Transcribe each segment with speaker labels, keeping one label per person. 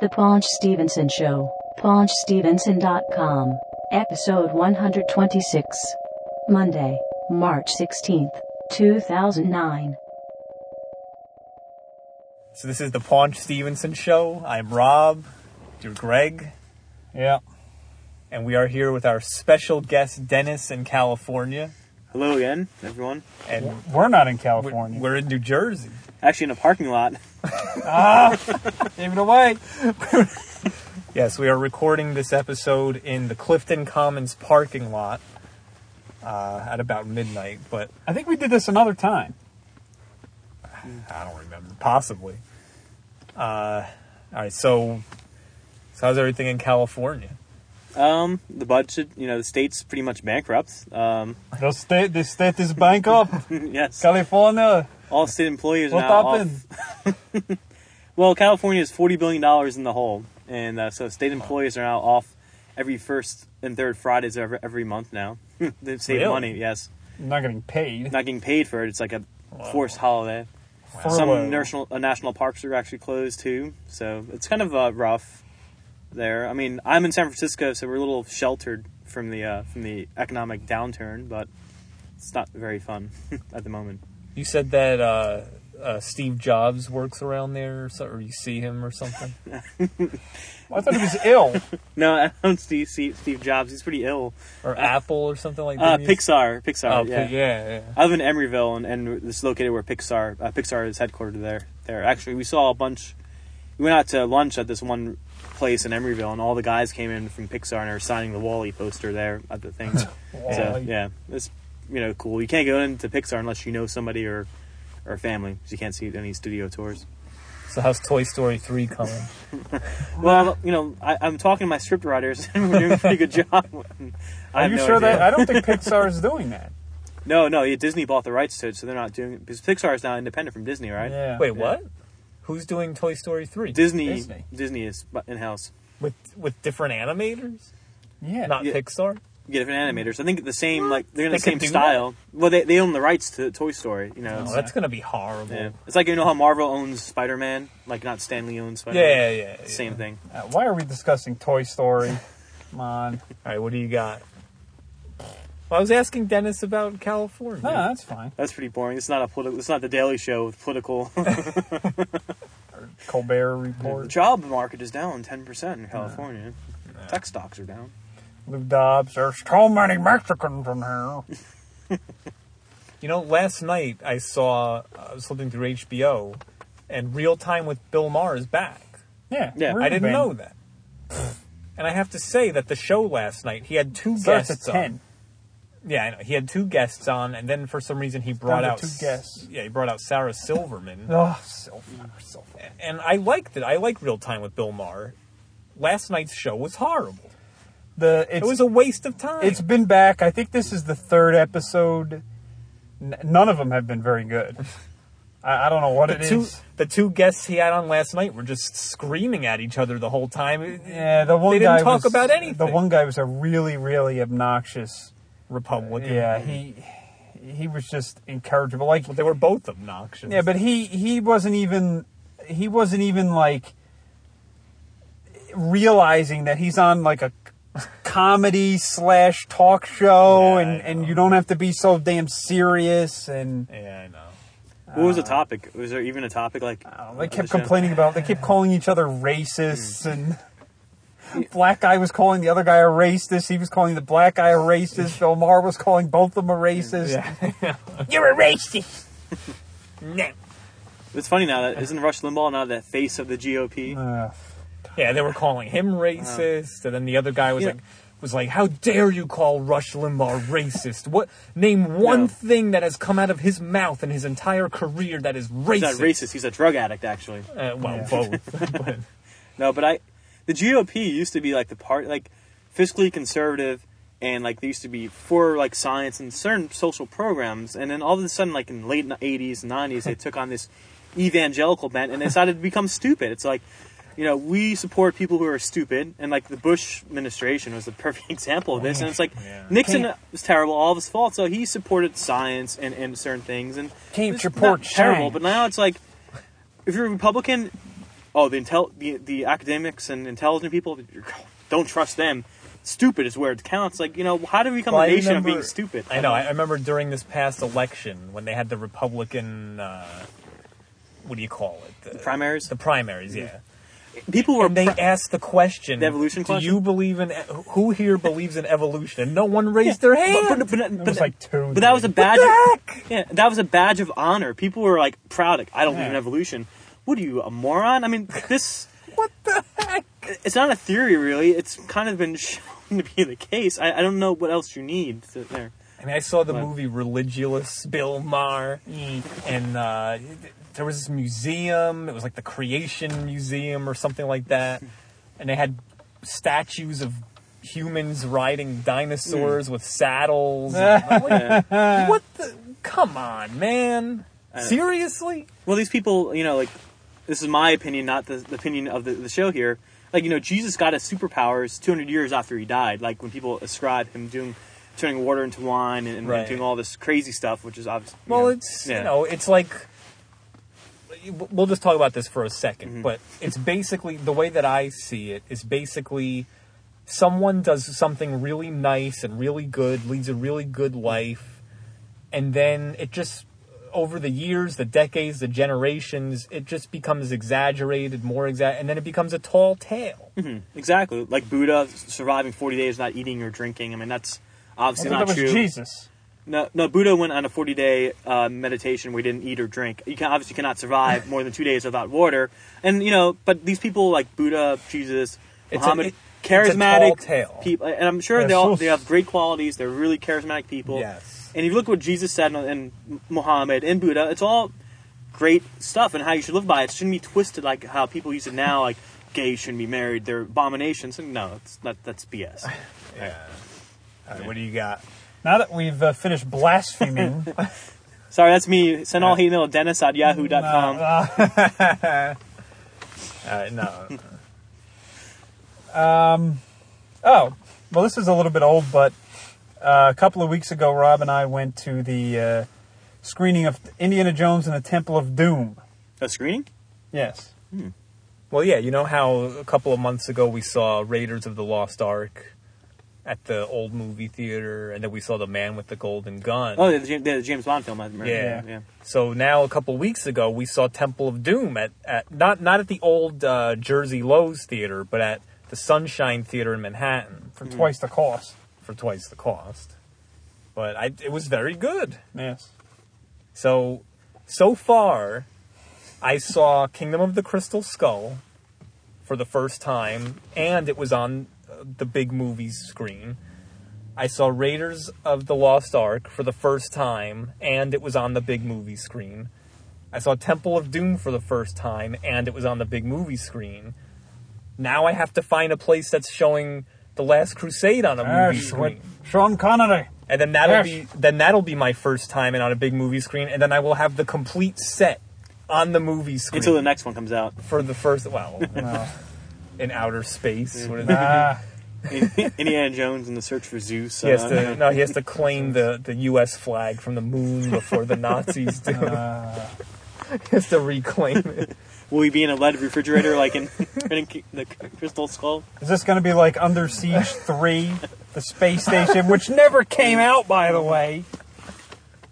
Speaker 1: The Paunch Stevenson Show, paunchstevenson.com, episode 126, Monday, March 16th, 2009.
Speaker 2: So this is the Paunch Stevenson Show. I'm Rob, you're Greg,
Speaker 3: Yeah.
Speaker 2: and we are here with our special guest Dennis in California,
Speaker 4: Hello again, everyone.
Speaker 2: and
Speaker 3: We're not in
Speaker 2: we're,
Speaker 3: California.
Speaker 2: we're in New Jersey.
Speaker 4: Actually, in a parking lot.
Speaker 3: Give it away.
Speaker 2: Yes, we are recording this episode in the Clifton Commons parking lot uh, at about midnight, but
Speaker 3: I think we did this another time.
Speaker 2: I don't remember. Possibly. Uh, all right. So, so how's everything in California?
Speaker 4: Um, the budget, you know, the state's pretty much bankrupt. Um,
Speaker 3: The state, the state is bankrupt.
Speaker 4: yes,
Speaker 3: California,
Speaker 4: all state employees are
Speaker 3: what
Speaker 4: now off.
Speaker 3: happened?
Speaker 4: Well, California is forty billion dollars in the hole, and uh, so state employees are now off every first and third Fridays of every, every month now. they save
Speaker 2: Really?
Speaker 4: money. Yes,
Speaker 3: I'm not getting paid.
Speaker 4: not getting paid for it. It's like a forced holiday.
Speaker 3: Furlough.
Speaker 4: Some national uh, national parks are actually closed too, so it's kind of uh, rough there. I mean, I'm in San Francisco, so we're a little sheltered from the uh, from the economic downturn, but it's not very fun at the moment.
Speaker 2: You said that uh, uh, Steve Jobs works around there, or, so, or you see him or something.
Speaker 3: I thought he was ill.
Speaker 4: No, I don't see see Steve Jobs. He's pretty ill.
Speaker 2: or Apple or something like
Speaker 4: Uh,
Speaker 2: that.
Speaker 4: Pixar, Pixar.
Speaker 2: Oh,
Speaker 4: yeah.
Speaker 2: Pi- yeah, yeah.
Speaker 4: I live in Emeryville, and, and it's located where Pixar uh, Pixar is headquartered there. There, actually, we saw a bunch. We went out to lunch at this one place in Emeryville, and all the guys came in from Pixar and they were signing the Wally poster there at the thing. so
Speaker 3: Wall-E.
Speaker 4: yeah, it's you know cool. You can't go into Pixar unless you know somebody or or family. 'cause You can't see any studio tours.
Speaker 2: So how's Toy Story three coming?
Speaker 4: Well, you know, I, I'm talking to my script writers, and we're doing a pretty good job. I
Speaker 3: Are
Speaker 4: have
Speaker 3: you
Speaker 4: no
Speaker 3: sure
Speaker 4: idea.
Speaker 3: that? I don't think Pixar is doing that.
Speaker 4: No, no, yeah, Disney bought the rights to it, so they're not doing because Pixar is now independent from Disney, right?
Speaker 3: Yeah.
Speaker 2: Wait, what? Who's doing Toy Story three?
Speaker 4: Disney,
Speaker 3: Disney.
Speaker 4: Disney, is in house.
Speaker 2: with with different animators,
Speaker 3: Yeah.
Speaker 2: not
Speaker 4: Yeah.
Speaker 2: Pixar.
Speaker 4: You get different animators. I think the same like they're in
Speaker 2: They
Speaker 4: the
Speaker 2: can
Speaker 4: same
Speaker 2: do
Speaker 4: style. Well, they, they own the rights to Toy Story. You know,
Speaker 2: Oh,
Speaker 4: it's,
Speaker 2: that's gonna be horrible.
Speaker 4: yeah. it's like you know how Marvel owns Spider Man, like not Stan Lee owns Spider Man.
Speaker 2: Yeah, yeah, yeah, yeah.
Speaker 4: Same thing.
Speaker 3: Uh, why are we discussing Toy Story? Come on.
Speaker 2: All right, what do you got? Well, I was asking Dennis about California.
Speaker 3: No, that's fine.
Speaker 4: That's pretty boring. It's not a political. It's not the Daily Show with political.
Speaker 3: Colbert
Speaker 4: the
Speaker 3: Report.
Speaker 4: job market is down ten percent in California. Tech stocks are down.
Speaker 3: Lou Dobbs. There's so many Mexicans in here.
Speaker 2: You know, last night I saw I was flipping through HBO, and Real Time with Bill Maher is back.
Speaker 3: Yeah.
Speaker 4: Yeah,
Speaker 3: we're
Speaker 2: I didn't
Speaker 3: in.
Speaker 2: know that. And I have to say that the show last night he had two
Speaker 3: Starts at
Speaker 2: guests
Speaker 3: ten.
Speaker 2: on. Yeah, I know. He had two guests on, and then for some reason he brought
Speaker 3: Down
Speaker 2: out
Speaker 3: to two
Speaker 2: S-
Speaker 3: guests.
Speaker 2: Yeah, he brought out Sarah Silverman.
Speaker 3: Oh, so far, so far.
Speaker 2: and I liked it. I like Real Time with Bill Maher. Last night's show was horrible.
Speaker 3: The it's,
Speaker 2: It was a waste of time.
Speaker 3: it's been back. I think this is the third episode. N- none of them have been very good. I, I don't know what
Speaker 2: the
Speaker 3: it is.
Speaker 2: two the two guests he had on last night were just screaming at each other the whole time. It-
Speaker 3: Yeah, the one
Speaker 2: they
Speaker 3: guy
Speaker 2: didn't talk
Speaker 3: was-
Speaker 2: about anything.
Speaker 3: The one guy was a really, really obnoxious.
Speaker 2: Republican.
Speaker 3: Yeah, he he was just incorrigible. Like
Speaker 2: But they were both obnoxious.
Speaker 3: Yeah, but he he wasn't even he wasn't even like realizing that he's on like a comedy slash talk show,
Speaker 2: Yeah, I
Speaker 3: and and
Speaker 2: know.
Speaker 3: you don't have to be so damn serious. And
Speaker 2: yeah, I know. Uh,
Speaker 4: What was the topic? Was there even a topic like?
Speaker 3: uh,
Speaker 4: of
Speaker 3: they
Speaker 4: the
Speaker 3: kept
Speaker 4: show?
Speaker 3: complaining about they kept calling each other racists
Speaker 2: Hmm.
Speaker 3: and. Black guy was calling the other guy a racist. He was calling the black guy a racist. Bill Maher was calling both of them a
Speaker 2: Hmm,
Speaker 3: racist. You're a racist.
Speaker 2: No.
Speaker 4: It's funny now that isn't Rush Limbaugh now that face of the GOP?
Speaker 3: Uh,
Speaker 2: Yeah, they were calling him racist, and then the other guy was
Speaker 4: Yeah.
Speaker 2: like, "Was like, how dare you call Rush Limbaugh racist? What name one
Speaker 4: No.
Speaker 2: thing that has come out of his mouth in his entire career that is
Speaker 4: He's not
Speaker 2: racist?
Speaker 4: racist. He's a drug addict, actually.
Speaker 2: Uh, well,
Speaker 3: Yeah.
Speaker 2: both. but,
Speaker 4: No, but I, the GOP used to be like the part like fiscally conservative, and like they used to be for like science and certain social programs, and then all of a sudden, like in the late eighties, nineties, they took on this evangelical bent and they decided to become stupid. It's like, you know, we support people who are stupid, and like the Bush administration was the perfect example of this. And it's like
Speaker 2: Yeah.
Speaker 4: Nixon was terrible, all of his fault, so he supported science and and certain things, and
Speaker 3: Keep
Speaker 4: it's
Speaker 3: your
Speaker 4: not
Speaker 3: porch
Speaker 4: terrible,
Speaker 3: shine.
Speaker 4: but now it's like if you're a Republican, oh, the intel, the, the academics and intelligent people, don't trust them. Stupid is where it counts. Like you know, how do we become
Speaker 2: Well, I
Speaker 4: a nation of
Speaker 2: remember-
Speaker 4: being stupid?
Speaker 2: I know. I I remember during this past election when they had the Republican. Uh, what do you call it? The,
Speaker 4: primaries?
Speaker 2: The primaries, yeah.
Speaker 4: people were
Speaker 2: And they asked the question:
Speaker 4: The evolution
Speaker 2: Do
Speaker 4: question?
Speaker 2: you believe in? e- Who here believes in evolution? And no one raised their hand.
Speaker 4: But, but, but,
Speaker 3: It
Speaker 4: but,
Speaker 3: was like two.
Speaker 4: but that was a
Speaker 3: dude.
Speaker 4: badge.
Speaker 2: What the
Speaker 4: Yeah, that was a badge of honor. People were like proud. Like, I don't believe in
Speaker 3: Yeah.
Speaker 4: evolution. What are you, a moron? I mean, this.
Speaker 2: what the heck?
Speaker 4: It's not a theory, really. It's kind of been shown to be the case. I, I don't know what else you need to, there.
Speaker 2: I mean, I saw the
Speaker 4: What?
Speaker 2: movie Religious Bill Maher,
Speaker 4: Mm.
Speaker 2: and uh, there was this museum. It was like the Creation Museum or something like that, and they had statues of humans riding dinosaurs with saddles. and-
Speaker 4: Mm. Yeah.
Speaker 2: what the? Come on, man! Seriously?
Speaker 4: Well, these people, you know, like this is my opinion, not the, the opinion of the, the show here. Like, you know, Jesus got his superpowers 200 years after he died. Like when people ascribe him doing turning water into wine and, and
Speaker 2: Right.
Speaker 4: doing all this crazy stuff, which is obviously you
Speaker 2: Well,
Speaker 4: know,
Speaker 2: it's
Speaker 4: yeah.
Speaker 2: you know, it's like we'll just talk about this for a 2nd but it's basically the way that I see it is basically someone does something really nice and really good, leads a really good life, and then it just over the years, the decades, the generations, it just becomes exaggerated, more exact, and then it becomes a tall tale.
Speaker 4: Exactly, like Buddha surviving forty days not eating or drinking. I mean, that's
Speaker 3: I
Speaker 4: obviously
Speaker 3: thought
Speaker 4: not
Speaker 3: that was
Speaker 4: true.
Speaker 3: Jesus.
Speaker 4: No, no, Buddha went on a forty day uh, meditation where he didn't eat or drink. You can obviously cannot survive more than two days without water. And you know, but these people like Buddha, Jesus,
Speaker 2: It's a-
Speaker 4: Muhammad,
Speaker 2: it- it's a tall
Speaker 4: charismatic
Speaker 2: tale.
Speaker 4: people, and I'm sure
Speaker 3: They're
Speaker 4: they all
Speaker 3: so-
Speaker 4: they have great qualities. They're really charismatic people.
Speaker 2: Yes.
Speaker 4: And if you look at what Jesus said and, and Muhammad and Buddha, it's all great stuff and how you should live by it. It shouldn't be twisted like how people use it now, like gays shouldn't be married, they're abominations. And no, it's not, that's BS.
Speaker 2: Yeah. All right, what do you got?
Speaker 3: Now that we've uh, finished blaspheming,
Speaker 4: Sorry, that's me. Send
Speaker 2: Uh,
Speaker 4: all hate mail to dennis at yahoo.com.
Speaker 3: uh,
Speaker 2: All right, no. Um,
Speaker 3: oh, well, this is a little bit old, but uh, a couple of weeks ago, Rob and I went to the uh, screening of Indiana Jones and the Temple of Doom.
Speaker 4: a screening?
Speaker 3: Yes.
Speaker 2: Well, yeah, you know how a couple of months ago we saw Raiders of the Lost Ark at the old movie theater, and then we saw The Man with the Golden Gun.
Speaker 4: Oh, the, Jam- the James Bond film. I remember.
Speaker 2: Yeah.
Speaker 4: yeah.
Speaker 2: So now, a couple of weeks ago, we saw Temple of Doom at, at not not at the old uh, Jersey Lowe's theater, but at the Sunshine Theater in Manhattan
Speaker 3: For twice the cost.
Speaker 2: for twice the cost. But I, it was very good.
Speaker 3: Yes.
Speaker 2: So, so far, I saw Kingdom of the Crystal Skull for the first time, and it was on uh, the big movies screen. I saw Raiders of the Lost Ark for the first time, and it was on the big movie screen. I saw Temple of Doom for the first time, and it was on the big movie screen. Now I have to find a place that's showing The Last Crusade on a movie
Speaker 3: Yes,
Speaker 2: screen
Speaker 3: with Sean Connery.
Speaker 2: and then that'll
Speaker 3: Yes.
Speaker 2: be then that'll be my first time and on a big movie screen, and then I will have the complete set on the movie screen
Speaker 4: Until the next one comes out.
Speaker 2: for the first well
Speaker 3: No.
Speaker 2: in outer space.
Speaker 4: Mm-hmm.
Speaker 2: What is
Speaker 3: Ah,
Speaker 4: Indiana Jones and the Search for Zeus.
Speaker 2: He has
Speaker 4: uh,
Speaker 2: to no, he has to claim the, the U.S. flag from the moon before the Nazis do.
Speaker 3: Uh.
Speaker 2: he has to reclaim it.
Speaker 4: Will he be in a lead refrigerator like in, in the Crystal Skull?
Speaker 3: is this going to be like Under Siege 3, the space station, which never came out, by the way?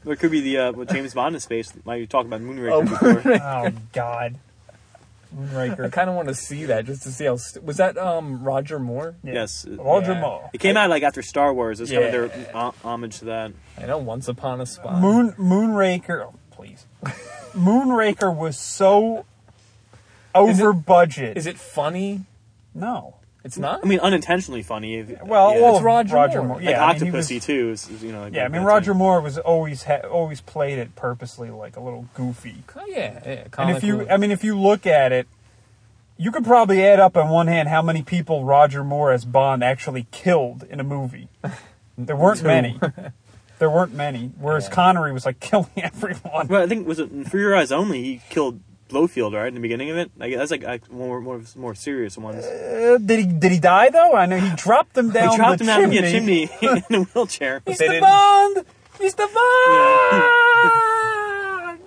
Speaker 4: Or it could be the uh, what James Bond in space. Why you talking about Moonraker
Speaker 2: Oh,
Speaker 4: before?
Speaker 3: Oh, God.
Speaker 2: I
Speaker 3: Moonraker.
Speaker 2: kind of want to see that just to see how st- was that um, Roger Moore?
Speaker 4: Yes.
Speaker 3: Roger
Speaker 2: Yeah.
Speaker 3: Moore.
Speaker 4: It came out like after Star Wars. It's
Speaker 2: Yeah.
Speaker 4: kind of their uh, homage to that.
Speaker 2: I know Once Upon a Spot.
Speaker 3: Moon Moonraker. Oh, please. Moonraker was so over budget.
Speaker 2: Is it funny?
Speaker 3: No.
Speaker 2: It's not.
Speaker 4: I mean, unintentionally funny. If,
Speaker 3: Well,
Speaker 4: yeah,
Speaker 3: all
Speaker 4: it's-
Speaker 3: of
Speaker 2: Roger
Speaker 3: Roger,
Speaker 2: Moore.
Speaker 3: Moore.
Speaker 4: like
Speaker 3: Yeah, I mean, he was-
Speaker 4: Octopussy too. Is, is, you know. like
Speaker 3: yeah, I mean
Speaker 4: that
Speaker 3: Roger
Speaker 4: thing.
Speaker 3: Moore was always ha- always played it purposely like a little goofy.
Speaker 2: oh, yeah, yeah.
Speaker 3: And if you,
Speaker 2: comical.
Speaker 3: I mean, if you look at it, you could probably add up on one hand how many people Roger Moore as Bond actually killed in a movie. There weren't many. There weren't many. Whereas
Speaker 2: Yeah.
Speaker 3: Connery was like killing everyone. Uh,
Speaker 4: Well, I think was it in For Your Eyes Only? He killed Blowfield, right in the beginning of it. Like, that's like, like more more more serious ones.
Speaker 3: Uh, did he? Did he die though? I know he dropped them down.
Speaker 4: He dropped
Speaker 3: the
Speaker 4: him down
Speaker 3: chimney.
Speaker 4: yeah, chimney in a wheelchair.
Speaker 2: They
Speaker 3: Mr.
Speaker 2: didn't-
Speaker 3: Bond. Mr. Bond.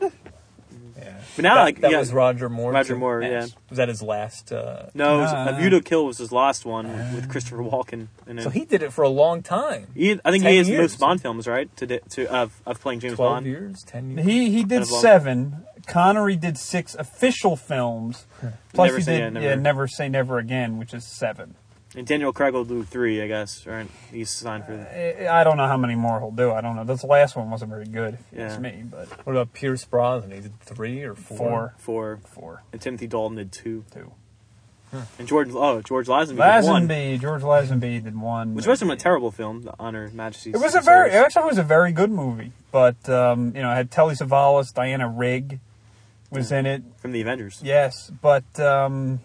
Speaker 2: Yeah.
Speaker 4: But now,
Speaker 2: that,
Speaker 4: like,
Speaker 2: that
Speaker 4: yeah,
Speaker 2: was Roger Moore.
Speaker 4: Roger
Speaker 2: too.
Speaker 4: Moore, yeah.
Speaker 2: Was that his last? Uh,
Speaker 4: no, it was,
Speaker 3: Uh,
Speaker 4: A View to a Kill was his last one with Christopher Walken. In it.
Speaker 2: so he did it for a long time.
Speaker 4: He- I think
Speaker 2: 10
Speaker 4: he has the
Speaker 2: years.
Speaker 4: most Bond films, right? To, to of of playing James
Speaker 2: Twelve
Speaker 4: Bond.
Speaker 2: years, ten years.
Speaker 3: He he did
Speaker 4: Kind of long.
Speaker 3: seven. Connery did six official films. Plus
Speaker 4: Never
Speaker 3: he
Speaker 4: Say
Speaker 3: did
Speaker 4: Yeah, Never.
Speaker 3: yeah, never say never again, which is seven.
Speaker 4: And Daniel Craig will do three, I guess, or he's signed for that.
Speaker 3: I I don't know how many more he'll do. I don't know. This last one wasn't very good. If you
Speaker 4: Yeah.
Speaker 3: ask me, but
Speaker 2: What about Pierce Brosnan? He did three or four.
Speaker 3: four,
Speaker 4: four.
Speaker 3: four,
Speaker 4: And Timothy Dalton did two.
Speaker 3: two.
Speaker 4: And George, oh, George Lazenby, did one.
Speaker 3: Lazenby, George Lazenby did one,
Speaker 4: Which wasn't a terrible film, The Honor of Majesty's.
Speaker 3: It was a
Speaker 4: Secret
Speaker 3: very it
Speaker 4: Service.
Speaker 3: actually was a very good movie. But um, you know, it had Telly Savalas, Diana Rigg
Speaker 4: Hmm.
Speaker 3: was in it.
Speaker 4: From the Avengers.
Speaker 3: Yes, but um,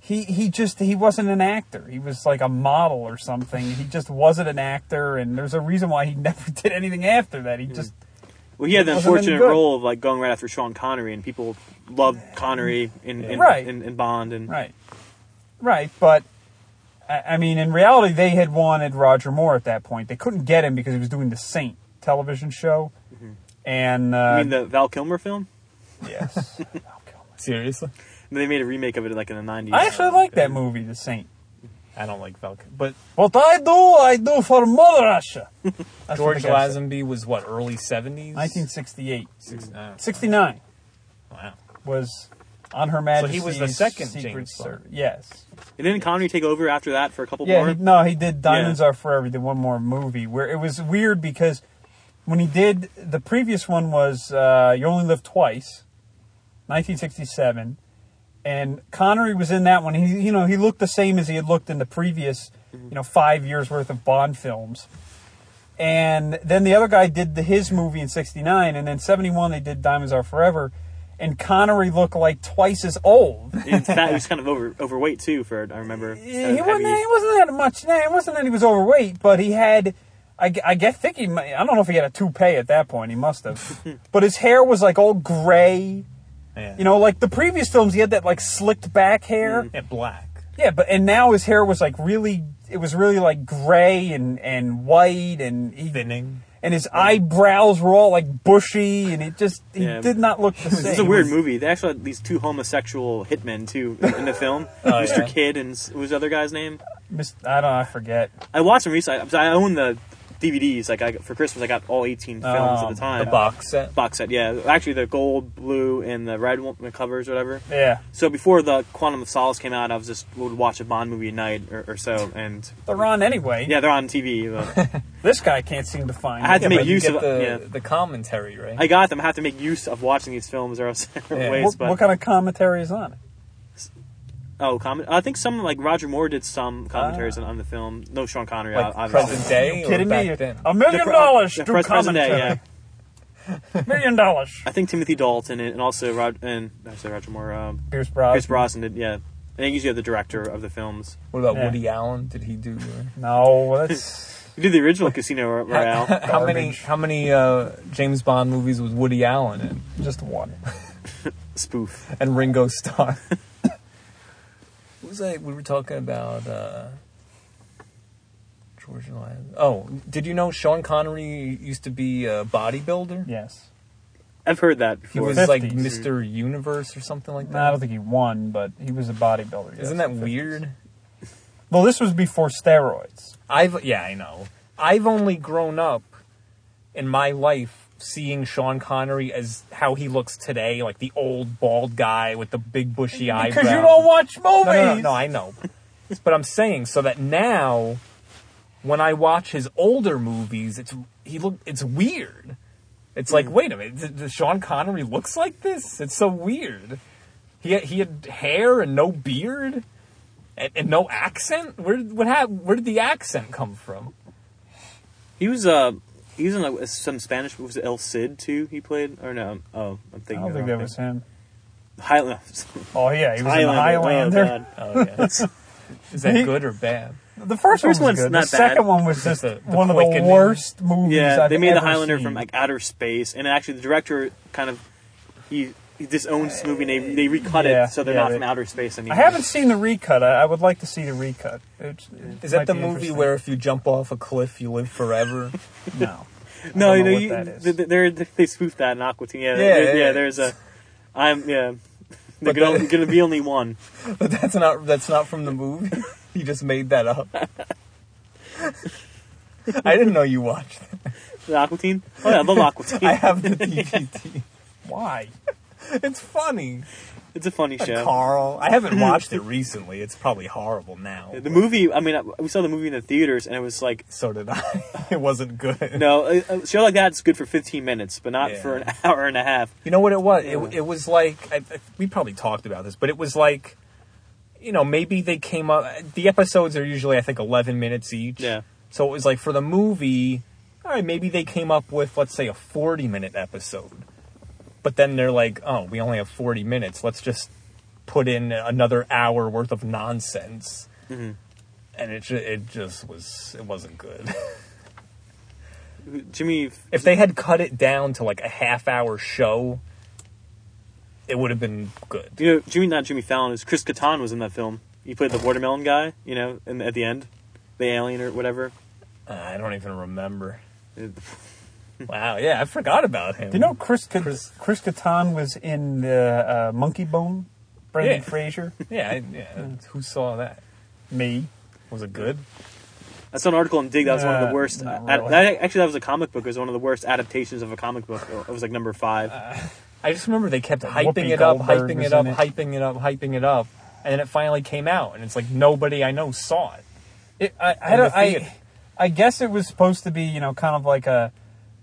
Speaker 3: he he just he wasn't an actor. He was like a model or something. He just wasn't an actor, and there's a reason why he never did anything after that.
Speaker 4: Hmm.
Speaker 3: He just
Speaker 4: Well, he had
Speaker 3: It
Speaker 4: the
Speaker 3: wasn't any
Speaker 4: unfortunate
Speaker 3: good.
Speaker 4: role of like going right after Sean Connery, and people loved Connery in, in,
Speaker 3: Right.
Speaker 4: in, in Bond. And
Speaker 3: right, right. But I, I mean, in reality, they had wanted Roger Moore at that point. They couldn't get him because he was doing the Saint television show, and uh,
Speaker 4: I mean the Val Kilmer film.
Speaker 3: yes.
Speaker 2: Seriously,
Speaker 4: They made a remake of it like in the nineties.
Speaker 3: I actually like that movie, The Saint.
Speaker 2: I don't like Falcon. But
Speaker 3: What I do, I do for Mother Russia. That's what
Speaker 2: George
Speaker 3: the guy said.
Speaker 2: Lazenby was what early seventies. Ah,
Speaker 3: 1968.
Speaker 2: Wow.
Speaker 3: 69 was on Her
Speaker 2: So
Speaker 3: Majesty's
Speaker 2: he was the second
Speaker 3: Secret
Speaker 2: James Bond.
Speaker 3: Service. Yes.
Speaker 4: And didn't Connery take over after that for a couple
Speaker 3: Yeah,
Speaker 4: more?
Speaker 3: he, no, he did Diamonds
Speaker 4: Yeah.
Speaker 3: Are Forever, did one more movie where it was weird because when he did the previous one was uh, You Only Live Twice, 1967, and Connery was in that one. He you know, he looked the same as he had looked in the previous,
Speaker 4: Mm-hmm.
Speaker 3: you know, 5 years worth of Bond films. And then the other guy did the, his movie in 69 and then 71 they did Diamonds Are Forever and Connery looked like twice as old.
Speaker 4: In fact, he was kind of over, overweight too. For I remember,
Speaker 3: Yeah, he
Speaker 4: Uh,
Speaker 3: wasn't.
Speaker 4: heavy-
Speaker 3: He wasn't that much. Nah, it wasn't that he was overweight, but he had. I, gu- I guess think he. might- I don't know if he had a toupee at that point. He must have. but his hair was like all gray.
Speaker 2: Yeah.
Speaker 3: You know, like the previous films, he had that like slicked back hair.
Speaker 4: Mm-hmm.
Speaker 2: yeah, black.
Speaker 3: Yeah, but and now his hair was like really. It was really like gray and and white and he,
Speaker 2: Thinning.
Speaker 3: and his eyebrows were all like bushy and it just he
Speaker 4: Yeah.
Speaker 3: did not look the same.
Speaker 4: This is a weird movie. They actually had these two homosexual hitmen too in, in the film, Mr.
Speaker 3: Oh,
Speaker 2: yeah.
Speaker 4: Kidd and s- what was the other guy's name?
Speaker 3: Mis- I don't. know, I forget.
Speaker 4: I watched them recently. 'cause I own the DVDs. Like I, for Christmas, I got all 18 films
Speaker 3: Oh,
Speaker 4: at the time.
Speaker 2: The box set.
Speaker 4: box set. Yeah, actually, the gold, blue, and the red one, the covers, or whatever.
Speaker 3: Yeah,
Speaker 4: So before the Quantum of Solace came out, I was just would watch a Bond movie a night or, or so, and
Speaker 3: they're on anyway.
Speaker 4: yeah, they're on TV. But
Speaker 3: This guy can't seem to find.
Speaker 4: I had to
Speaker 3: them.
Speaker 4: make
Speaker 2: But you
Speaker 4: use
Speaker 2: get
Speaker 4: of-
Speaker 2: the,
Speaker 4: yeah.
Speaker 2: the commentary, right?
Speaker 4: I got them. I have to make use of watching these films or else
Speaker 2: Yeah.
Speaker 4: ways.
Speaker 3: What,
Speaker 4: but
Speaker 3: what kind of commentary is on it?
Speaker 4: oh, comment. I think some like Roger Moore did some commentaries on, on the film. No, Sean Connery,
Speaker 2: like
Speaker 4: obviously.
Speaker 2: present day or
Speaker 3: Kidding
Speaker 2: back
Speaker 3: me?
Speaker 2: then.
Speaker 3: A million
Speaker 4: pre-
Speaker 3: dollars
Speaker 4: the
Speaker 3: to
Speaker 4: pres- present day,
Speaker 3: commentary. million dollars.
Speaker 4: I think Timothy Dalton and and also Rod and I say Roger Moore, um,
Speaker 3: Pierce
Speaker 4: Chris Brosnan
Speaker 3: Brosnan.
Speaker 4: did. Yeah, I think he's the director of the films.
Speaker 2: What about
Speaker 3: Yeah.
Speaker 2: Woody Allen? Did he do? uh,
Speaker 3: No, that's
Speaker 4: He did the original Casino Ro- Royale.
Speaker 2: How many?
Speaker 3: Garbage.
Speaker 2: How many uh, James Bond movies was Woody Allen in?
Speaker 3: just one.
Speaker 4: spoof.
Speaker 2: and Ringo Starr. what was I? We were talking about uh, George Lyon. Oh, did you know Sean Connery used to be a bodybuilder?
Speaker 3: Yes.
Speaker 4: I've heard that
Speaker 2: He
Speaker 4: before.
Speaker 2: was like
Speaker 3: 50s.
Speaker 2: Mr. Universe or something like
Speaker 3: No, I
Speaker 2: that.
Speaker 3: don't think he won, but he was a bodybuilder. yes.
Speaker 2: Isn't that weird?
Speaker 3: Well, this was before steroids.
Speaker 2: I've yeah, I know. I've only grown up in my life seeing Sean Connery as how he looks today, like the old bald guy with the big bushy eyebrows.
Speaker 3: Because you don't watch movies.
Speaker 2: No, no, no, no, I know. but I'm saying so that now, when I watch his older movies, it's he look it's weird. It's like, wait a minute, th- th- Sean Connery looks like this. It's so weird. He had, he had hair and no beard, and, and no accent. Where did- what hap- Where did the accent come from?
Speaker 4: He was uh he was in like some Spanish was it El Cid too he played or no oh I'm
Speaker 3: I
Speaker 4: thinking
Speaker 3: don't
Speaker 4: of
Speaker 3: think
Speaker 4: the
Speaker 3: that
Speaker 4: wrong
Speaker 3: was
Speaker 4: thing.
Speaker 3: him.
Speaker 4: Highland
Speaker 3: Oh yeah, he was in
Speaker 4: Highlander.
Speaker 3: Highlander.
Speaker 4: Oh, God.
Speaker 2: Oh yeah, is that
Speaker 3: He-
Speaker 2: good or bad?
Speaker 3: the
Speaker 4: The first
Speaker 3: first, one was
Speaker 4: one's
Speaker 3: good.
Speaker 4: not
Speaker 3: the
Speaker 4: bad.
Speaker 3: second one was just
Speaker 2: Just the- the
Speaker 3: one of the
Speaker 2: quickening.
Speaker 3: worst movies.
Speaker 4: yeah
Speaker 3: I've
Speaker 4: they made the
Speaker 3: ever
Speaker 4: Highlander from
Speaker 3: seen.
Speaker 4: like outer space and actually the director kind of he, he disowns this movie and they they recut
Speaker 3: Yeah,
Speaker 4: it so they're
Speaker 3: yeah,
Speaker 4: not
Speaker 3: they-
Speaker 4: from outer space anymore.
Speaker 3: I haven't seen the recut. I, I would like to see the recut. It, it
Speaker 2: Is
Speaker 3: might
Speaker 2: that the
Speaker 3: be
Speaker 2: movie
Speaker 3: interesting.
Speaker 2: where if you jump off a cliff, you live forever?
Speaker 3: no?
Speaker 4: No,
Speaker 2: I don't
Speaker 4: you know,
Speaker 2: know what
Speaker 4: you,
Speaker 2: that is.
Speaker 4: th- th- they're, they spoofed that in Aqua Teen. Yeah,
Speaker 2: Yeah,
Speaker 4: there-
Speaker 2: yeah,
Speaker 4: yeah,
Speaker 2: yeah.
Speaker 4: There's a, I'm yeah. There
Speaker 2: But
Speaker 4: could only,
Speaker 2: that-
Speaker 4: gonna be only one.
Speaker 2: But that's not that's not from the movie. you just made that up. I didn't know you watched. it.
Speaker 4: The Aqua Teen. Oh yeah, I love Aqua Teen.
Speaker 2: I have the DVD.
Speaker 3: Why?
Speaker 2: It's funny.
Speaker 4: It's a funny show.
Speaker 2: Carl, I haven't watched it recently. It's probably horrible now.
Speaker 4: The movie. I mean, I- we saw the movie in the theaters, and it was like,
Speaker 2: So did I. It wasn't good.
Speaker 4: no, a a show like that's good for 15 minutes, but not
Speaker 2: Yeah.
Speaker 4: for an hour and a half.
Speaker 2: You know what it was? It,
Speaker 4: Yeah.
Speaker 2: it was like I, I- we probably talked about this, but it was like, you know, maybe they came up. The episodes are usually, I think, eleven minutes each.
Speaker 4: Yeah.
Speaker 2: So it was like for the movie, all right, maybe they came up with let's say a forty-minute episode, but then they're like, oh, we only have forty minutes. Let's just put in another hour worth of nonsense.
Speaker 4: Mm-hmm.
Speaker 2: And it ju- it just was it wasn't good.
Speaker 4: Jimmy,
Speaker 2: if they had cut it down to like a half hour show, it would have been good.
Speaker 4: you know, Jimmy, not Jimmy Fallon, is Chris Kattan was in that film. He played the watermelon guy, you know, in, at the end, the alien or whatever.
Speaker 2: Uh, I don't even remember.
Speaker 4: It-
Speaker 2: Wow, yeah, I forgot about him.
Speaker 3: Do you know Chris Kat- Chris, Kattan was in the uh, Monkey Bone? Brendan
Speaker 2: Yeah.
Speaker 3: Fraser?
Speaker 2: Yeah, I, yeah. Who saw that?
Speaker 3: Me.
Speaker 2: Was it good?
Speaker 4: I saw an article in Dig that was one of
Speaker 3: Uh,
Speaker 4: the worst.
Speaker 3: not
Speaker 4: ad-
Speaker 3: really.
Speaker 4: that- actually, that was a comic book. It was one of the worst adaptations of a comic book. It was like number five.
Speaker 3: Uh,
Speaker 2: I just remember they kept hyping
Speaker 3: Whoopi
Speaker 2: it up,
Speaker 3: Goldberg
Speaker 2: hyping
Speaker 3: was
Speaker 2: it up,
Speaker 3: in it.
Speaker 2: hyping it up, hyping it up, and then it finally came out, and it's like nobody I know saw it.
Speaker 3: It, I, I
Speaker 2: In the
Speaker 3: don't.
Speaker 2: theater.
Speaker 3: I, I guess it was supposed to be, you know, kind of like a,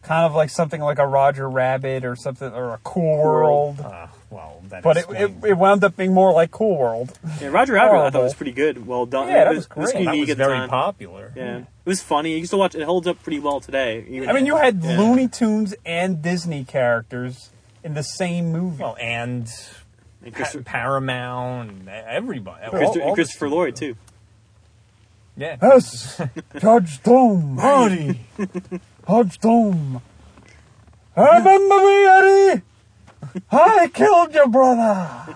Speaker 3: kind of like something like a Roger Rabbit or something or a Cool Oh, World.
Speaker 2: Uh, well, that
Speaker 3: But it, it,
Speaker 2: explains
Speaker 3: it wound up being more like Cool World.
Speaker 4: Yeah, Roger Rabbit, I thought
Speaker 3: Horrible.
Speaker 4: was pretty good. Well done.
Speaker 3: Yeah, that
Speaker 4: It
Speaker 3: was
Speaker 4: it
Speaker 3: great.
Speaker 2: that
Speaker 4: unique
Speaker 2: was
Speaker 4: at the
Speaker 2: very
Speaker 4: time.
Speaker 2: popular.
Speaker 4: Yeah, it was funny. You can still watch it. It holds up pretty well today. even-
Speaker 3: I mean, you had
Speaker 4: Yeah.
Speaker 3: Looney Tunes and Disney characters in the same movie.
Speaker 2: Well, and
Speaker 4: and
Speaker 2: Pa-
Speaker 4: Christopher,
Speaker 2: Paramount, and everybody, all-
Speaker 4: Christopher,
Speaker 2: all the
Speaker 4: and Christopher
Speaker 2: studios.
Speaker 4: Lloyd too.
Speaker 2: Yeah,
Speaker 3: Yes, Judge Doom.
Speaker 2: Marty.
Speaker 3: Judge Doom. Remember me, Eddie? I killed your brother.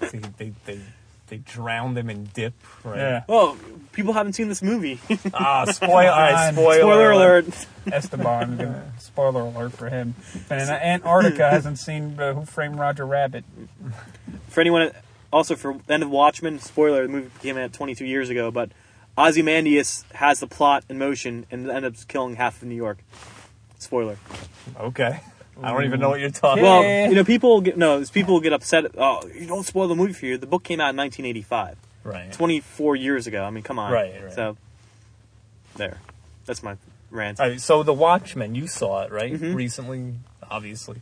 Speaker 2: they, they, they, they drowned him in dip, right?
Speaker 3: Yeah.
Speaker 4: Well, people haven't seen this movie.
Speaker 2: Ah, spoil, all right,
Speaker 3: on.
Speaker 2: spoiler,
Speaker 4: Spoiler alert.
Speaker 3: Esteban. gonna- Spoiler alert for him. And uh, Antarctica hasn't seen uh, Who Framed Roger Rabbit.
Speaker 4: For anyone, also for the end of Watchmen, spoiler: the movie came out 22 years ago, but Ozymandias has the plot in motion and ends up killing half of New York. Spoiler.
Speaker 2: Okay. I don't even know what you're talking
Speaker 3: Yeah.
Speaker 2: about.
Speaker 4: Well, you know, people get no. it's People get upset. Oh, you don't spoil the movie for you. The book came out in 1985,
Speaker 2: Right.
Speaker 4: 24 years ago. I mean, come on.
Speaker 2: Right, right.
Speaker 4: So, there. That's my rant.
Speaker 2: All right, so The Watchmen, you saw it, right? Recently, obviously.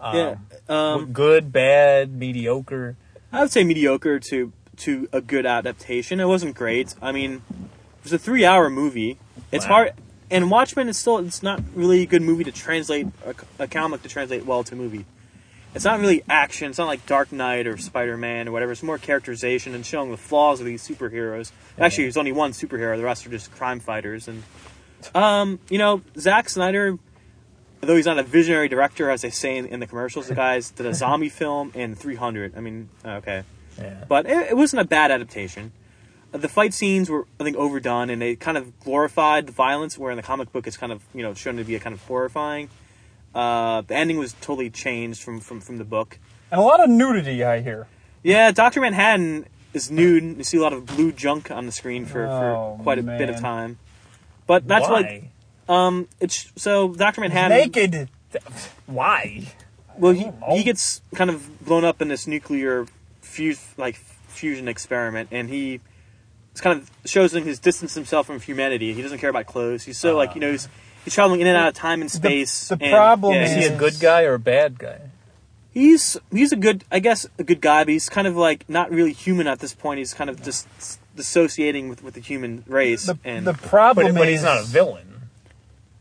Speaker 2: Um,
Speaker 4: Mm-hmm. yeah.
Speaker 2: w- good, bad, mediocre.
Speaker 4: I would say mediocre to to a good adaptation. It wasn't great. I mean, it was a three hour movie. It's
Speaker 2: Wow.
Speaker 4: hard, and Watchmen is still it's not really a good movie to translate a, a comic to translate well to a movie. It's not really action. It's not like Dark Knight or Spider Man or whatever. It's more characterization and showing the flaws of these superheroes. Actually, there's only one superhero. The rest are just crime fighters. And um, you know, Zack Snyder though he's not a visionary director, as they say in, in the commercials, the guys did a zombie film and 300. I mean, okay.
Speaker 2: Yeah.
Speaker 4: But it, it wasn't a bad adaptation. Uh, The fight scenes were, I think, overdone, and they kind of glorified the violence, where in the comic book it's kind of, you know, shown to be a kind of horrifying. Uh, the ending was totally changed from, from, from the book.
Speaker 3: And a lot of nudity, I hear.
Speaker 4: Yeah, Dr. Manhattan is nude. and You see a lot of blue junk on the screen for,
Speaker 3: Oh,
Speaker 4: for quite a bit of
Speaker 3: man.
Speaker 4: time. But that's
Speaker 2: Why?
Speaker 4: like, um, it's so Dr. Manhattan.
Speaker 3: Naked.
Speaker 2: Why?
Speaker 4: Well, he,
Speaker 3: know.
Speaker 4: he gets kind of blown up in this nuclear fuse like fusion experiment, and he it's kind of shows him his distance himself from humanity. He doesn't care about clothes. He's so like you know he's, he's traveling in and out of time and space.
Speaker 3: Uh-huh. the
Speaker 4: and-
Speaker 3: problem
Speaker 4: yeah,
Speaker 3: is-
Speaker 2: Is he a good guy or a bad guy?
Speaker 4: he's he's a good I guess a good guy, but he's kind of like not really human at this point. He's kind of just dissociating with, with the human race.
Speaker 3: The,
Speaker 4: and
Speaker 3: the problem
Speaker 2: But, but
Speaker 3: is
Speaker 2: he's not a villain.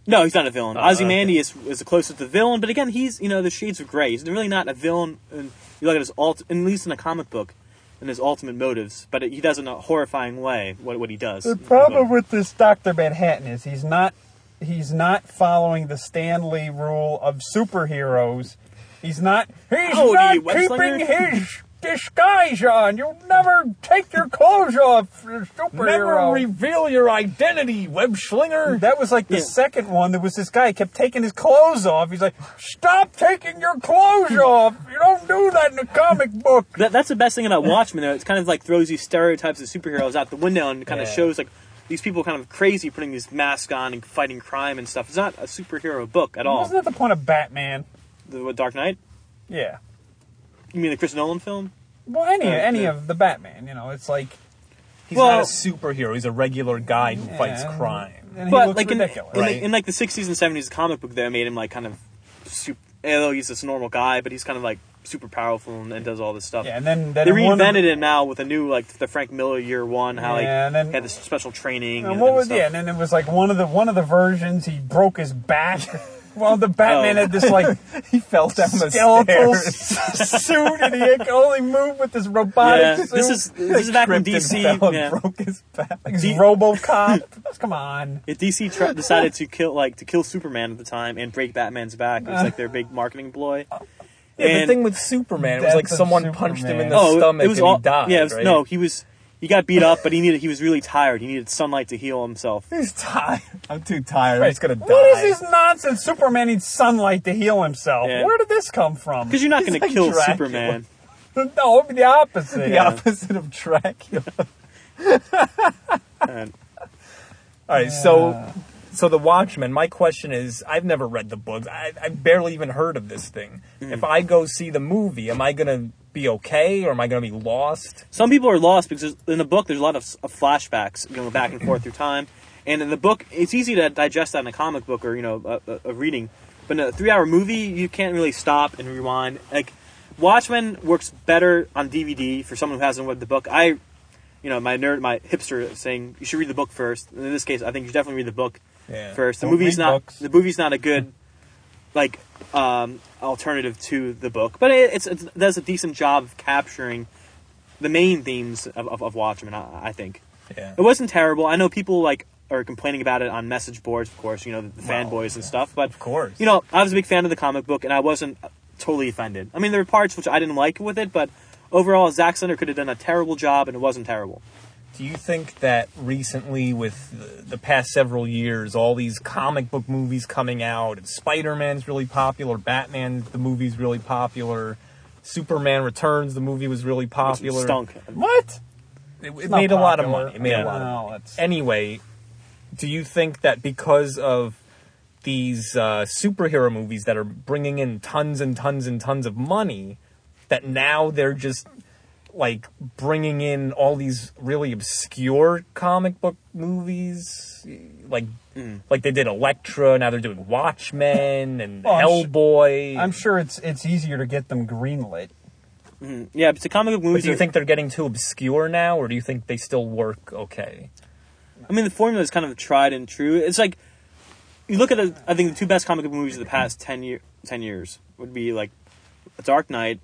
Speaker 4: No, he's not a villain.
Speaker 2: Oh, okay.
Speaker 4: Ozymandias is the closest to the villain, but again, he's you know the shades of gray. He's really not a villain. And you look at his ult, at least in a comic book, and his ultimate motives. But he does it in a horrifying way. What what he does.
Speaker 3: The problem with this Doctor Manhattan is he's not he's not following the Stanley rule of superheroes. He's not he's
Speaker 4: Howdy,
Speaker 3: not keeping
Speaker 4: Weslinger.
Speaker 3: his disguise on. You'll never take your clothes off, you superhero.
Speaker 2: Never reveal your identity, web slinger.
Speaker 3: That was like the
Speaker 4: Yeah.
Speaker 3: second one. There was this guy kept taking his clothes off. He's like, "Stop taking your
Speaker 4: Hmm.
Speaker 3: clothes off! You don't do that in a comic book."
Speaker 4: That, that's the best thing about Watchmen, though. It kind of like throws these stereotypes of superheroes out the window and kind of
Speaker 2: Yeah.
Speaker 4: shows like these people kind of crazy putting these masks on and fighting crime and stuff. It's not a superhero book at all.
Speaker 3: Wasn't that the point of Batman?
Speaker 4: The what, Dark Knight?
Speaker 3: Yeah.
Speaker 4: You mean the Chris Nolan film?
Speaker 3: Well, any
Speaker 4: Uh,
Speaker 3: any
Speaker 4: yeah.
Speaker 3: of the Batman, you know, it's like
Speaker 2: He's
Speaker 4: Well-
Speaker 2: not a superhero. He's a regular guy who fights
Speaker 3: Yeah.
Speaker 2: crime.
Speaker 3: and he
Speaker 4: but
Speaker 3: looks
Speaker 4: like in,
Speaker 3: ridiculous.
Speaker 4: in,
Speaker 2: Right.
Speaker 4: the, in like the 60s and 70s comic book that made him like kind of super although he's this normal guy but he's kind of like super powerful and, and does all this stuff
Speaker 3: Yeah, and then then
Speaker 4: they
Speaker 3: in one of
Speaker 4: reinvented
Speaker 3: the-
Speaker 4: it now with a new like the frank miller year one how like
Speaker 3: Yeah, and then-
Speaker 4: he had this special training
Speaker 3: And
Speaker 4: and,
Speaker 3: what
Speaker 4: and
Speaker 3: was
Speaker 4: stuff.
Speaker 3: yeah? And then it was like one of the one of the versions he broke his back. Well, the Batman
Speaker 4: Oh.
Speaker 3: had this like
Speaker 2: He fell down the
Speaker 3: skeletal
Speaker 2: stairs.
Speaker 3: s- suit, and he could only move with this robotic
Speaker 4: Yeah,
Speaker 3: suit.
Speaker 4: this is this is back in
Speaker 2: Tripped and fell
Speaker 4: DC.
Speaker 2: and
Speaker 4: Yeah.
Speaker 2: broke his back.
Speaker 3: like
Speaker 4: D-
Speaker 3: RoboCop. Come on.
Speaker 4: If DC tr- decided to kill like to kill Superman at the time and break Batman's back. It was like their big marketing ploy.
Speaker 2: Yeah, the
Speaker 4: And-
Speaker 2: thing with Superman, it was
Speaker 3: Death
Speaker 2: like
Speaker 3: of
Speaker 2: someone punched him in the
Speaker 3: Superman.
Speaker 2: stomach and
Speaker 4: all-
Speaker 2: he died.
Speaker 4: Yeah, Oh, it was,
Speaker 2: right?
Speaker 4: no, he was he got beat up, but he needed he was really tired. He needed sunlight to heal himself.
Speaker 2: he's tired. I'm too tired. I'm just gonna die.
Speaker 3: What is this nonsense? Superman needs sunlight to heal himself.
Speaker 4: Yeah.
Speaker 3: Where did this come from?
Speaker 4: Because you're not going to
Speaker 2: like
Speaker 4: kill
Speaker 2: Dracula.
Speaker 4: Superman.
Speaker 3: no, it'd be the opposite.
Speaker 2: The
Speaker 4: Yeah.
Speaker 2: opposite of Dracula. All
Speaker 4: And-
Speaker 2: right, so so the Watchmen. My question is, I've never read the books. I, I barely even heard of this thing. If I go see the movie, am I gonna be okay or am I gonna be lost?
Speaker 4: some people are lost because there's- in the book there's a lot of, s- of flashbacks going back and forth through time, and in the book it's easy to digest that in a comic book or you know a, a, a reading, but in a three-hour movie you can't really stop and rewind. Like Watchmen works better on DVD for someone who hasn't read the book. I, you know, my nerd, my hipster is saying you should read the book first. In this case, I think you should definitely read the book
Speaker 2: Yeah.
Speaker 4: first. The
Speaker 3: Don't
Speaker 4: movie's
Speaker 3: read
Speaker 4: not
Speaker 3: books.
Speaker 4: the movie's not a good like um, alternative to the book, but it, it's, it does a decent job of capturing the main themes of, of, of Watchmen. I, I think
Speaker 2: Yeah.
Speaker 4: it wasn't terrible. I know people like are complaining about it on message boards, of course. You know the, the fanboys and stuff, but of
Speaker 2: course.
Speaker 4: you know I was a big fan of the comic book, and I wasn't totally offended. I mean, there were parts which I didn't like with it, but overall, Zack Snyder could have done a terrible job, and it wasn't terrible.
Speaker 2: Do you think that recently, with the- the past several years, all these comic book movies coming out, and Spider Man's really popular, Batman, the movie's really popular, Superman Returns, the movie was really
Speaker 4: Which
Speaker 2: popular.
Speaker 4: stunk.
Speaker 3: What?
Speaker 2: It, it
Speaker 3: not
Speaker 2: made a lot of
Speaker 3: popular.
Speaker 2: money. It made
Speaker 4: Yeah.
Speaker 2: a lot of money.
Speaker 3: No, it's-
Speaker 2: Anyway, do you think that because of these uh, superhero movies that are bringing in tons and tons and tons of money, that now they're just like bringing in all these really obscure comic book movies, like
Speaker 4: Hmm.
Speaker 2: like they did Elektra. Now they're doing Watchmen and
Speaker 3: Well, I'm sh-
Speaker 2: Hellboy.
Speaker 3: I'm sure it's it's easier to get them greenlit.
Speaker 4: Yeah, but the comic book
Speaker 2: but
Speaker 4: movies.
Speaker 2: do you
Speaker 4: are-
Speaker 2: think they're getting too obscure now, or do you think they still work okay?
Speaker 4: I mean, the formula is kind of tried and true. It's like you look at the, I think the two best comic book movies of the past ten year ten years would be like Dark Knight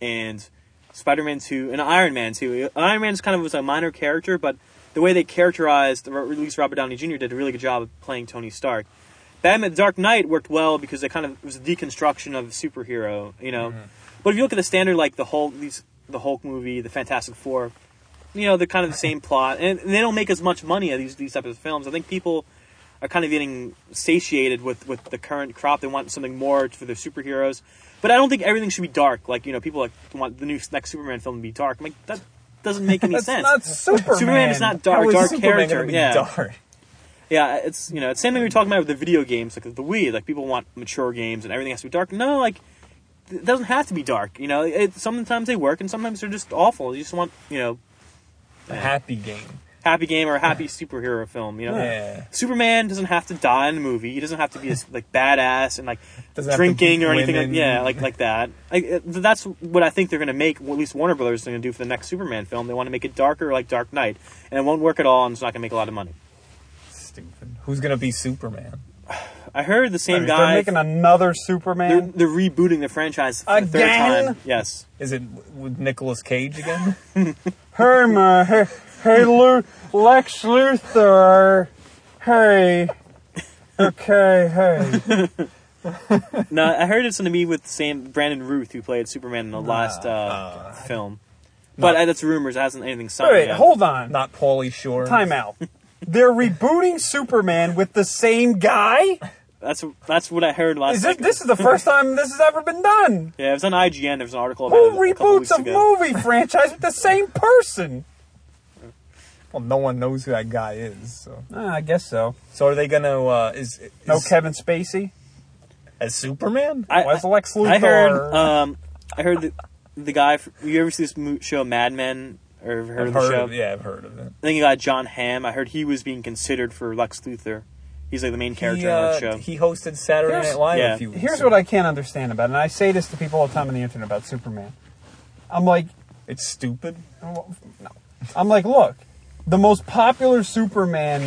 Speaker 4: and Spider Man Two and Iron Man Two. Iron Man's kind of was a minor character, but the way they characterized, or at least Robert Downey Jr. did a really good job of playing Tony Stark. Batman Dark Knight worked well because they kind of it was a deconstruction of superhero, you know.
Speaker 2: Mm-hmm.
Speaker 4: But if you look at the standard, like the Hulk, these the Hulk movie, the Fantastic Four, you know, they're kind of the same plot, and and they don't make as much money as these these types of films. I think people are kind of getting satiated with with the current crop. They want something more for their superheroes, but I don't think everything should be dark. Like you know, people like want the new next Superman film to be dark. I'm like that doesn't make any
Speaker 3: That's
Speaker 4: sense.
Speaker 3: not Superman.
Speaker 4: Superman is not dark.
Speaker 2: How is
Speaker 4: dark
Speaker 2: Superman
Speaker 4: character.
Speaker 2: gonna be
Speaker 4: yeah.
Speaker 2: dark?
Speaker 4: Yeah, it's you know, it's the same thing we were talking about with the video games, like the Wii. Like people want mature games and everything has to be dark. No, like it doesn't have to be dark. You know, it, sometimes they work and sometimes they're just awful. You just want you know,
Speaker 2: a happy game.
Speaker 4: happy game or a happy superhero film. You know,
Speaker 2: Yeah.
Speaker 4: Superman doesn't have to die in the movie. He doesn't have to be this like badass and like
Speaker 2: Doesn't have to
Speaker 4: drinking
Speaker 2: beat
Speaker 4: or anything. Like,
Speaker 2: women.
Speaker 4: yeah, like like that. Like, uh, that's what I think they're going to make. Well, at least Warner Brothers is going to do for the next Superman film. They want to make it darker, like Dark Knight, and it won't work at all, and it's not going to make a lot of money.
Speaker 2: Stupid. Who's gonna be Superman?
Speaker 4: I heard the same guy.
Speaker 3: They're making another
Speaker 4: They're,
Speaker 3: Superman.
Speaker 4: they're rebooting the franchise for the
Speaker 3: Again?
Speaker 4: third time. Yes.
Speaker 2: Is it w- with Nicolas Cage again?
Speaker 3: Hey, ma, hey, hey, Lu- Lex Luthor. Hey. Okay, hey.
Speaker 4: no, I heard it's going to be with Sam Brandon Ruth, who played Superman in the last uh, film. But uh, that's rumors. It hasn't anything signed.
Speaker 3: Wait, wait,
Speaker 4: yet.
Speaker 3: hold on.
Speaker 2: Not Paulie Shore.
Speaker 3: Time out. They're rebooting Superman with the same guy?
Speaker 4: That's that's what I heard last.
Speaker 3: Is this,
Speaker 4: second.
Speaker 3: this is the first time this has ever been done.
Speaker 4: Yeah, it was on IGN. There was an article about
Speaker 3: Who
Speaker 4: it a couple
Speaker 3: reboots
Speaker 4: weeks
Speaker 3: a
Speaker 4: ago.
Speaker 3: movie franchise with the same person?
Speaker 2: Well, no one knows who that guy is. So,
Speaker 3: Uh, I guess so.
Speaker 2: so are they gonna? Uh, is, is
Speaker 3: No Kevin Spacey?
Speaker 2: as Superman?
Speaker 4: I,
Speaker 3: Where's Lex Luthor?
Speaker 4: I heard. Um, I heard the, the guy. fr- You ever see this mo- show Mad Men? Or heard of
Speaker 2: I've
Speaker 4: the
Speaker 2: heard
Speaker 4: show?
Speaker 2: of, yeah, I've heard of it.
Speaker 4: I think you got John Hamm. I heard he was being considered for Lex Luthor. He's like the main character
Speaker 2: He,
Speaker 4: on
Speaker 2: uh,
Speaker 4: that show.
Speaker 2: he hosted Saturday
Speaker 3: Here's-
Speaker 2: Night Live
Speaker 4: yeah.
Speaker 2: a few weeks
Speaker 3: Here's
Speaker 2: ago.
Speaker 3: what I can't understand about it, and I say this to people all the time on the internet about Superman. I'm like,
Speaker 2: It's stupid.
Speaker 3: I'm like, look, the most popular Superman.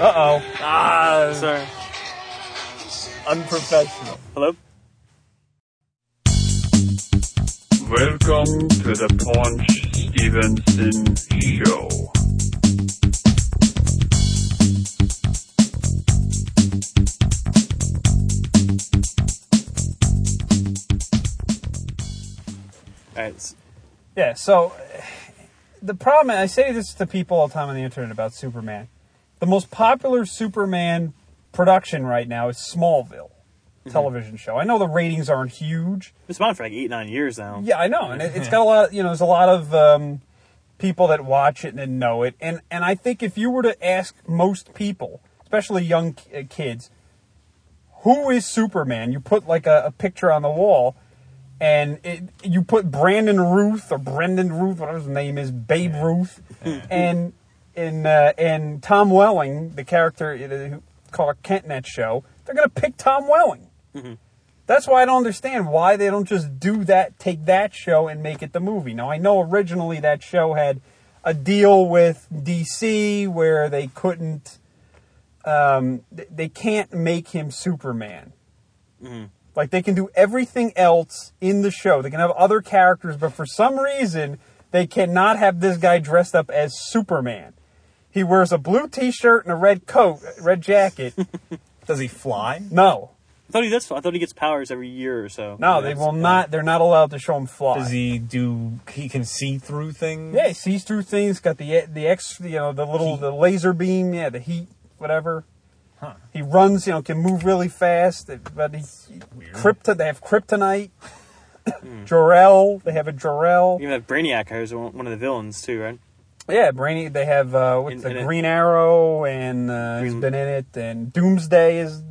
Speaker 3: Uh oh.
Speaker 2: Ah,
Speaker 4: Sorry.
Speaker 2: unprofessional.
Speaker 4: Hello.
Speaker 5: Welcome to the Paunch Stevenson Show.
Speaker 4: All right. s-
Speaker 3: Yeah. So the problem, I say this to people all the time on the internet about Superman. The most popular Superman production right now is Smallville television show. I know the ratings aren't huge.
Speaker 4: It's been on for like eight, nine years now.
Speaker 3: Yeah, I know, and it, it's got a lot. You know, there's a lot of um, people that watch it and know it, and and I think if you were to ask most people, especially young ki- uh, kids, who is Superman, you put like a, a picture on the wall, and it, you put Brandon Ruth or Brendan Ruth, whatever his name is, Babe Ruth, and and uh, and Tom Welling, the character uh, who called Kent in that show, they're gonna pick Tom Welling. That's why I don't understand why they don't just do that, take that show and make it the movie. Now, I know originally that show had a deal with DC where they couldn't, um, th- they can't make him Superman. Like, they can do everything else in the show. They can have other characters, but for some reason, they cannot have this guy dressed up as Superman. He wears a blue t shirt and a red coat, red jacket.
Speaker 2: Does he fly?
Speaker 3: no.
Speaker 4: I thought he does. I thought he gets powers every year or so.
Speaker 3: No, they will not. They're not allowed to show him fly.
Speaker 2: Does he do? He can see through things.
Speaker 3: Yeah, he sees through things. Got the the X, you know, the little the laser beam. Yeah, the heat, whatever. He runs, you know, can move really fast. But he, krypton. They have kryptonite.
Speaker 4: Hmm.
Speaker 3: Jor-El. They have a Jor-El.
Speaker 4: You even have Brainiac. I heard is one one of the villains too, right?
Speaker 3: Yeah, Brainy. They have uh, what's
Speaker 4: In-
Speaker 3: the
Speaker 4: in it.
Speaker 3: Green Arrow, and uh, he's
Speaker 4: Green-
Speaker 3: been in it. And Doomsday is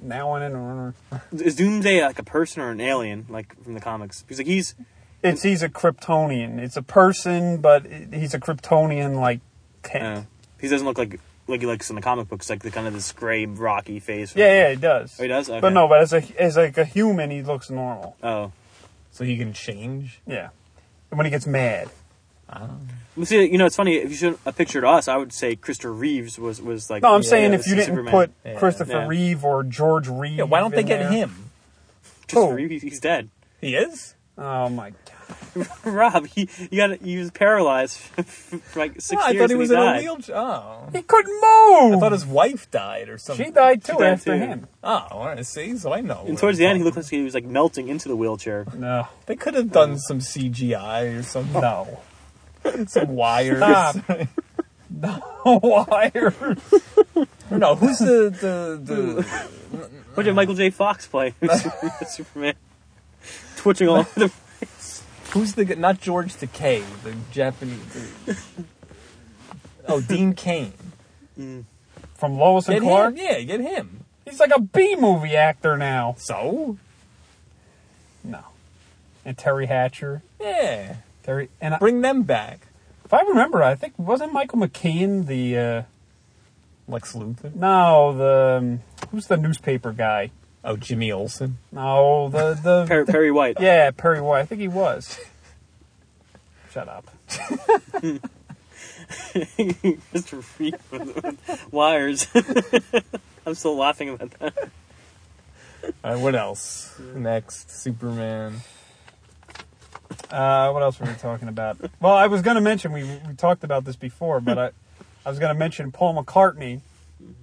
Speaker 3: now in it.
Speaker 4: Is Doomsday like a person or an alien, like from the comics? Because like he's
Speaker 3: It's he's a Kryptonian. It's a person, but he's a Kryptonian like tent.
Speaker 4: uh, he doesn't look like like he looks in the comic books, like the kind of this gray, rocky face.
Speaker 3: Yeah, yeah, he does.
Speaker 4: Oh, he does? Okay.
Speaker 3: But no, but as a as like a human, he looks normal.
Speaker 4: Oh,
Speaker 2: So he can change.
Speaker 3: Yeah. And when he gets mad.
Speaker 4: Well, see, you know, it's funny. If you showed a picture to us, I would say Christopher Reeves was was like.
Speaker 3: No, I'm
Speaker 4: yeah,
Speaker 3: saying
Speaker 4: yeah,
Speaker 3: if
Speaker 4: this
Speaker 3: you
Speaker 4: is
Speaker 3: didn't
Speaker 4: Superman.
Speaker 3: put
Speaker 2: Yeah.
Speaker 3: Christopher
Speaker 4: Yeah.
Speaker 3: Reeve or George Reeve.
Speaker 2: Yeah. Why don't they
Speaker 3: in
Speaker 2: get
Speaker 3: there-
Speaker 2: him?
Speaker 4: Christopher
Speaker 3: who?
Speaker 4: Reeve, he's- he's dead.
Speaker 2: He is.
Speaker 3: Oh my god.
Speaker 4: Rob, he you got he was paralyzed for like six
Speaker 2: Oh, I
Speaker 4: years.
Speaker 2: thought he
Speaker 4: and
Speaker 2: was
Speaker 4: he
Speaker 2: in
Speaker 4: died.
Speaker 2: a wheelchair. Oh.
Speaker 3: He couldn't
Speaker 2: I
Speaker 3: move.
Speaker 2: thought his wife died or something.
Speaker 3: she died too
Speaker 4: She died
Speaker 3: after
Speaker 4: too.
Speaker 3: him.
Speaker 2: Oh, all right. See, so I know.
Speaker 4: And towards the end, he looked like he was like melting into the wheelchair.
Speaker 3: No.
Speaker 2: They could have done some CGI or something.
Speaker 3: No.
Speaker 2: some wires.
Speaker 3: Oh. Stop. Wires.
Speaker 2: No, who's the the, the
Speaker 4: What did Michael J. Fox play? Superman, twitching all over the.
Speaker 2: who's the not George Takei, the Japanese. The, oh, Dean Kane.
Speaker 3: From Lois and
Speaker 2: Get
Speaker 3: Clark.
Speaker 2: him. Yeah, get him.
Speaker 3: He's like a B movie actor now.
Speaker 2: So
Speaker 3: No. And Terry Hatcher.
Speaker 2: yeah,
Speaker 3: Terry and I,
Speaker 2: bring them back.
Speaker 3: if I remember, I think wasn't Michael McKean the uh,
Speaker 2: Lex Luthor.
Speaker 3: no the um, who's the newspaper guy?
Speaker 2: Oh, Jimmy Olsen.
Speaker 3: No, Oh, the the
Speaker 4: Perry, Perry White.
Speaker 3: yeah Perry White. I think he was. Shut up.
Speaker 4: Mr. Free wires. I'm still laughing about that.
Speaker 2: All right, what else? Next, Superman.
Speaker 3: Uh, what else were we talking about? Well, I was going to mention we we talked about this before, but I I was going to mention Paul McCartney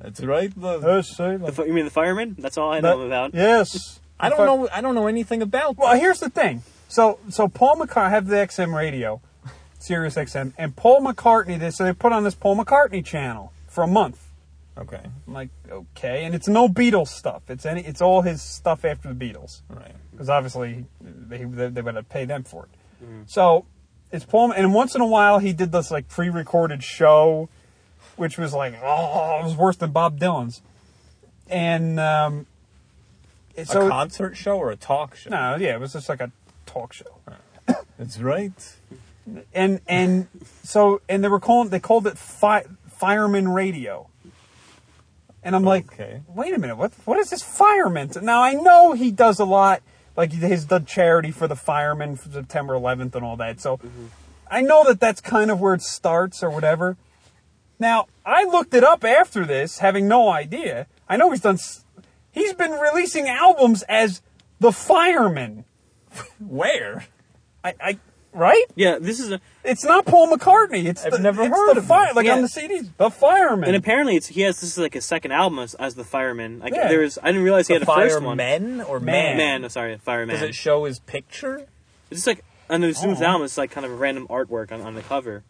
Speaker 2: That's right. The,
Speaker 3: Yes, say
Speaker 4: The,
Speaker 3: that.
Speaker 4: fi- you mean the fireman? That's all I know
Speaker 3: That-
Speaker 4: about.
Speaker 3: Yes.
Speaker 2: I
Speaker 3: Fi-
Speaker 2: don't know. I don't know anything about.
Speaker 3: Well, here's the thing. So, so Paul McCartney I have the XM radio, Sirius XM, and Paul McCartney. They so they put on this Paul McCartney channel for a month.
Speaker 2: Okay.
Speaker 3: I'm like, okay, and it's no Beatles stuff. It's any, it's all his stuff after the Beatles,
Speaker 2: All right.
Speaker 3: because obviously they they, they would have pay them for it. So it's Paul, and once in a while he did this like pre-recorded show, which was like, oh, it was worse than Bob Dylan's, and um, it- so
Speaker 2: a concert show or a talk show?
Speaker 3: no, yeah, it was just like a talk show.
Speaker 2: That's right.
Speaker 3: and and so and they were calling they called it fi- fireman radio and i'm like
Speaker 2: Okay.
Speaker 3: wait a minute what what is this fireman t-" now i know he does a lot like he- he's done charity for the firemen for september 11th and all that so i know that that's kind of where it starts or whatever now i looked it up after this having no idea i know he's done s- he's been releasing albums as the fireman
Speaker 2: Where?
Speaker 3: i i right
Speaker 4: Yeah, this is a,
Speaker 3: it's not Paul McCartney. It's
Speaker 2: I've
Speaker 3: the,
Speaker 2: never
Speaker 3: it's
Speaker 2: heard
Speaker 3: the
Speaker 2: of
Speaker 3: fire.
Speaker 2: him.
Speaker 3: Like on
Speaker 4: Yeah.
Speaker 3: the CDs, the fireman.
Speaker 4: and apparently it's he has this is like his second album as, as the fireman. Like
Speaker 3: Yeah.
Speaker 4: there was I didn't realize he had a first one.
Speaker 2: men or man?
Speaker 3: Man.
Speaker 4: man, oh, sorry, fireman.
Speaker 2: Does it show his picture?
Speaker 4: it's just like on the Zoom's
Speaker 3: Oh.
Speaker 4: album, it's like kind of a random artwork on, on the cover.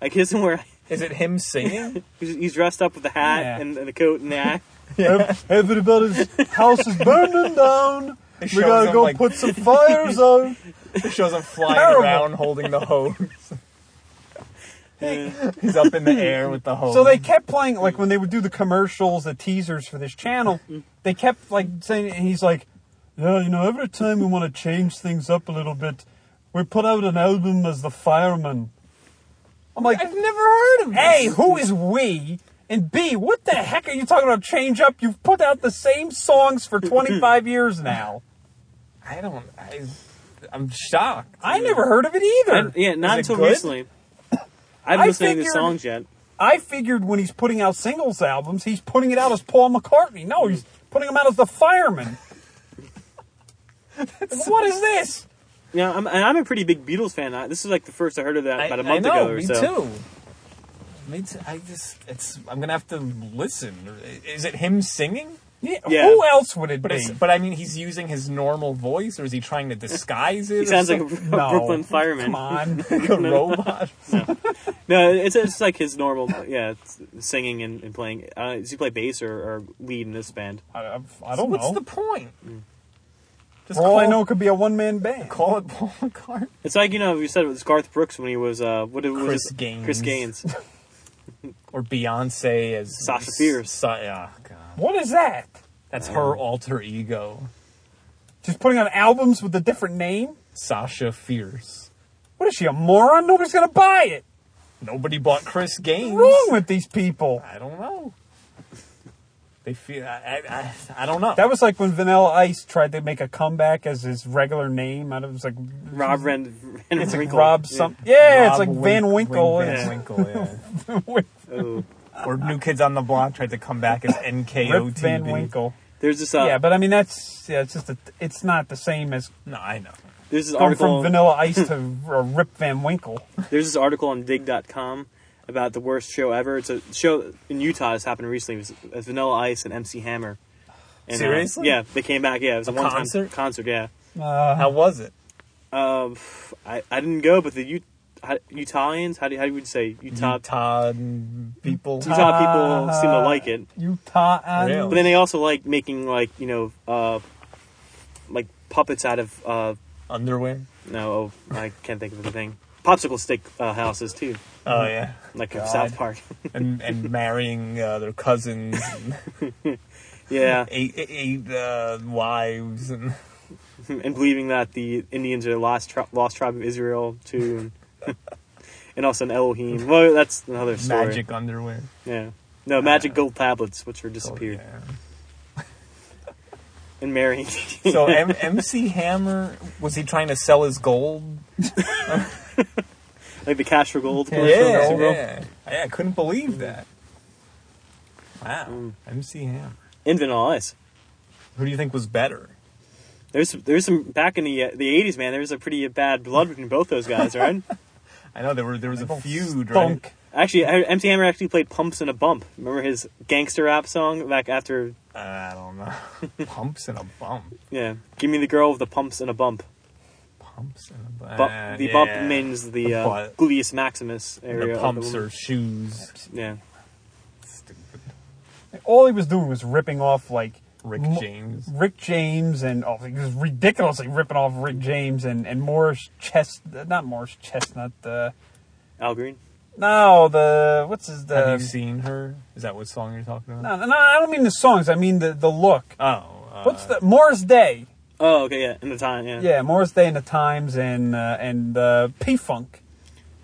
Speaker 4: Like his where
Speaker 2: Is it him singing?
Speaker 4: he's, he's dressed up with a hat
Speaker 3: Yeah.
Speaker 4: and, and a coat and that.
Speaker 3: Ev- Everybody's house is burning down.
Speaker 2: It shows him, like-
Speaker 3: some fires out.
Speaker 2: it shows him flying
Speaker 3: Terrible.
Speaker 2: around holding the hose. He's up in the air with the hose.
Speaker 3: So they kept playing like when they would do the commercials, the teasers for this channel. They kept like saying, and "He's like, yeah, you know, every time we want to change things up a little bit, we put out an album as the fireman." I'm like,
Speaker 2: I've never heard of this.
Speaker 3: A, who is we? And B, what the heck are you talking about? Change up? You've put out the same songs for 25 years now.
Speaker 2: I don't. I, I'm shocked.
Speaker 3: I never heard of it either.
Speaker 4: And- yeah, not
Speaker 2: Is it
Speaker 4: until
Speaker 2: good?
Speaker 4: recently. I
Speaker 3: I
Speaker 4: haven't listened to any of the
Speaker 3: figured-
Speaker 4: songs yet.
Speaker 3: I figured when he's putting out singles albums, he's putting it out as Paul McCartney. No, he's putting them out as the fireman. what is this?
Speaker 4: Yeah, I'm, and I'm a pretty big Beatles fan. I, this is like the first I heard of that
Speaker 2: I,
Speaker 4: about a
Speaker 2: I
Speaker 4: month
Speaker 2: know,
Speaker 4: ago or
Speaker 2: me
Speaker 4: so.
Speaker 2: too. Me too. I just. It's. I'm gonna have to listen. Is it him singing?
Speaker 3: Yeah,
Speaker 4: Yeah.
Speaker 3: Who else would it
Speaker 2: But
Speaker 3: be?
Speaker 2: it's, but I mean, he's using his normal voice, or is he trying to disguise it?
Speaker 4: He
Speaker 2: or
Speaker 4: sounds like a
Speaker 2: something?
Speaker 4: Bro-
Speaker 3: No.
Speaker 4: Brooklyn fireman.
Speaker 3: Come on.
Speaker 2: like a robot.
Speaker 4: No, it's it's like his normal, yeah, it's singing and, and playing. Uh, does he play bass or, or lead in this band?
Speaker 3: I, I, I don't
Speaker 2: What's
Speaker 3: know.
Speaker 2: the point? Just
Speaker 3: For all I know, it could be a one man band.
Speaker 2: Call it Paul McCartney.
Speaker 4: It's like you know you said it was Garth Brooks when he was uh what it was
Speaker 2: Chris
Speaker 4: it?
Speaker 2: Gaines.
Speaker 4: Chris Gaines.
Speaker 2: Or Beyonce as
Speaker 4: Sasha Fierce.
Speaker 2: Sa- yeah, God.
Speaker 3: What is that?
Speaker 2: That's her alter ego,
Speaker 3: Just putting out albums with a different name?
Speaker 2: Sasha Fierce.
Speaker 3: What is she, a moron? Nobody's going to buy it.
Speaker 2: Nobody bought Chris Gaines.
Speaker 3: What's wrong with these people?
Speaker 2: I don't know. They feel I I, I, I don't know.
Speaker 3: That was like when Vanilla Ice tried to make a comeback as his regular name. I don't- It was like
Speaker 4: Rob Ren. Ren
Speaker 3: it's like
Speaker 4: Winkle.
Speaker 3: Rob some. Yeah, it's
Speaker 2: Rob
Speaker 3: like Van
Speaker 2: Wink-
Speaker 3: Winkle.
Speaker 2: Wink-
Speaker 3: It's-
Speaker 2: Van Winkle, yeah.
Speaker 3: Rip
Speaker 4: Oh.
Speaker 2: or New Kids on the Block tried to come back as NKOTB.
Speaker 3: Van Winkle.
Speaker 4: There's this uh,
Speaker 3: yeah, but I mean that's yeah, it's just a, it's not the same as
Speaker 2: No, I know.
Speaker 4: there's this
Speaker 3: going from
Speaker 4: article
Speaker 3: Vanilla Ice to uh, Rip Van Winkle.
Speaker 4: there's this article on Dig.com about the worst show ever. It's a show in Utah that's happened recently. It was uh, Vanilla Ice and MC Hammer. And, uh,
Speaker 2: Seriously?
Speaker 4: yeah, they came back. Yeah, it was a,
Speaker 2: A
Speaker 4: one-time
Speaker 2: concert?
Speaker 4: Concert, yeah.
Speaker 3: Uh-huh.
Speaker 2: How was it?
Speaker 4: Um, I, I didn't go, but the U- how, Utahans, how do, how do you say Utah? Utah,
Speaker 2: Utah Uh, people. Uh-huh.
Speaker 4: people seem to like it,
Speaker 3: Utah. and-
Speaker 2: Really?
Speaker 4: but then they also like making like you know, uh, like puppets out of uh,
Speaker 2: underwear.
Speaker 4: no, oh, I can't think of the thing. Popsicle stick uh, houses too,
Speaker 2: Oh yeah,
Speaker 4: like
Speaker 2: God.
Speaker 4: South Park.
Speaker 2: and and marrying uh, their cousins, and
Speaker 4: yeah,
Speaker 2: eight eight uh, wives, and
Speaker 4: and believing that the Indians are the lost tri- lost tribe of Israel too, and, and also an Elohim. Well, that's another story.
Speaker 2: magic Uh, underwear.
Speaker 4: Yeah. No, magic gold tablets, which were disappeared,
Speaker 2: oh,
Speaker 4: and marrying.
Speaker 2: So M- MC Hammer was he trying to sell his gold?
Speaker 4: like the cash for gold.
Speaker 3: Yeah,
Speaker 4: commercial,
Speaker 3: yeah.
Speaker 4: Super Bowl.
Speaker 2: yeah. I, I couldn't believe that. Wow, MC Hammer.
Speaker 4: And Vanilla Ice.
Speaker 2: Who do you think was better?
Speaker 4: There's there's some back in the uh, the 80s, man. There was a pretty bad blood between both those guys, right?
Speaker 2: I know there were there was a feud,
Speaker 3: Funk.
Speaker 2: right?
Speaker 4: Actually, I- MC Hammer actually played "Pumps in a Bump." Remember his gangster rap song back after?
Speaker 2: I don't know. Pumps and a bump.
Speaker 4: Yeah, give me the girl with the pumps and a bump.
Speaker 2: Pumps and a bump.
Speaker 4: Bu- the bump
Speaker 2: Ah, yeah.
Speaker 4: means the,
Speaker 2: The
Speaker 4: uh,
Speaker 2: butt.
Speaker 4: gluteus maximus area.
Speaker 2: The
Speaker 4: of
Speaker 2: pumps
Speaker 4: woman.
Speaker 2: or shoes.
Speaker 4: yeah.
Speaker 2: Stupid.
Speaker 3: All he was doing was ripping off like
Speaker 2: Rick
Speaker 3: mo-
Speaker 2: James.
Speaker 3: Rick James, and oh, he was ridiculously ripping off Rick James and and Morris Chest, not Morris Chestnut. Uh,
Speaker 4: Al Green.
Speaker 3: no, the what's his? The,
Speaker 2: Have you seen her? Is that what song you're talking about?
Speaker 3: Uh, No, no, no, I don't mean the songs. I mean the the look.
Speaker 2: Oh. Uh,
Speaker 3: what's the Morris Day?
Speaker 4: Oh, okay, yeah. In the time, yeah.
Speaker 3: Yeah, Morris Day and the Times and uh, and uh, P Funk,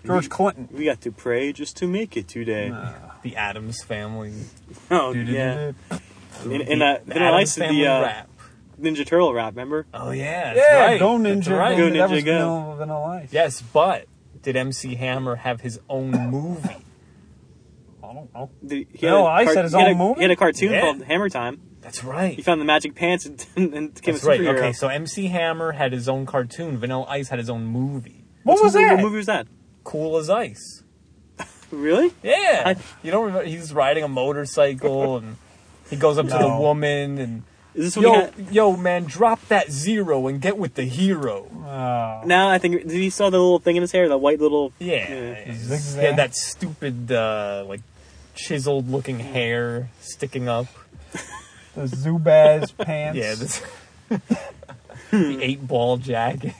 Speaker 3: George Clinton.
Speaker 4: We got to pray just to make it today.
Speaker 2: the Adams Family?
Speaker 4: Oh,
Speaker 2: Doo-doo-doo-doo.
Speaker 4: yeah. In- in
Speaker 2: The
Speaker 4: that- then
Speaker 2: Addams
Speaker 4: I liked the,
Speaker 2: Family
Speaker 4: uh,
Speaker 2: rap.
Speaker 4: Ninja Turtle rap. Remember?
Speaker 2: Oh yeah, that's
Speaker 3: Yeah,
Speaker 2: right.
Speaker 3: Go
Speaker 2: that's
Speaker 3: Ninja.
Speaker 2: right.
Speaker 4: Go
Speaker 3: Ninja, that was
Speaker 4: Ninja, go.
Speaker 3: Vanilla- Vanilla Ice.
Speaker 2: Yes, but did MC Hammer have his own movie?
Speaker 3: I don't know.
Speaker 4: The, he
Speaker 3: No,
Speaker 4: I
Speaker 3: I said his
Speaker 4: he had
Speaker 3: own
Speaker 4: a,
Speaker 3: movie?
Speaker 4: He had a cartoon
Speaker 2: Yeah.
Speaker 4: called Hammer Time.
Speaker 2: That's
Speaker 4: He
Speaker 2: right.
Speaker 4: found the magic pants and, and became
Speaker 2: That's
Speaker 4: a
Speaker 2: right.
Speaker 4: superhero.
Speaker 2: Okay, so MC Hammer had his own cartoon. Vanilla Ice had his own movie.
Speaker 3: What was
Speaker 4: movie,
Speaker 3: that?
Speaker 4: What movie was that?
Speaker 2: Cool as ice.
Speaker 4: Really?
Speaker 2: Yeah.
Speaker 4: I-
Speaker 2: you don't remember? He's riding a motorcycle and he goes up to the
Speaker 3: No.
Speaker 2: woman and
Speaker 4: Is this when he
Speaker 2: yo,
Speaker 4: had-
Speaker 2: yo, man, drop that zero and get with the hero.
Speaker 3: Oh,
Speaker 4: Now I think did he saw the little thing in his hair, the white little
Speaker 2: Yeah. He's- He
Speaker 3: Zigzag.
Speaker 2: had that stupid, uh, like, chiseled looking hair sticking up.
Speaker 3: the Zubaz pants.
Speaker 2: Yeah. This, the eight ball jacket.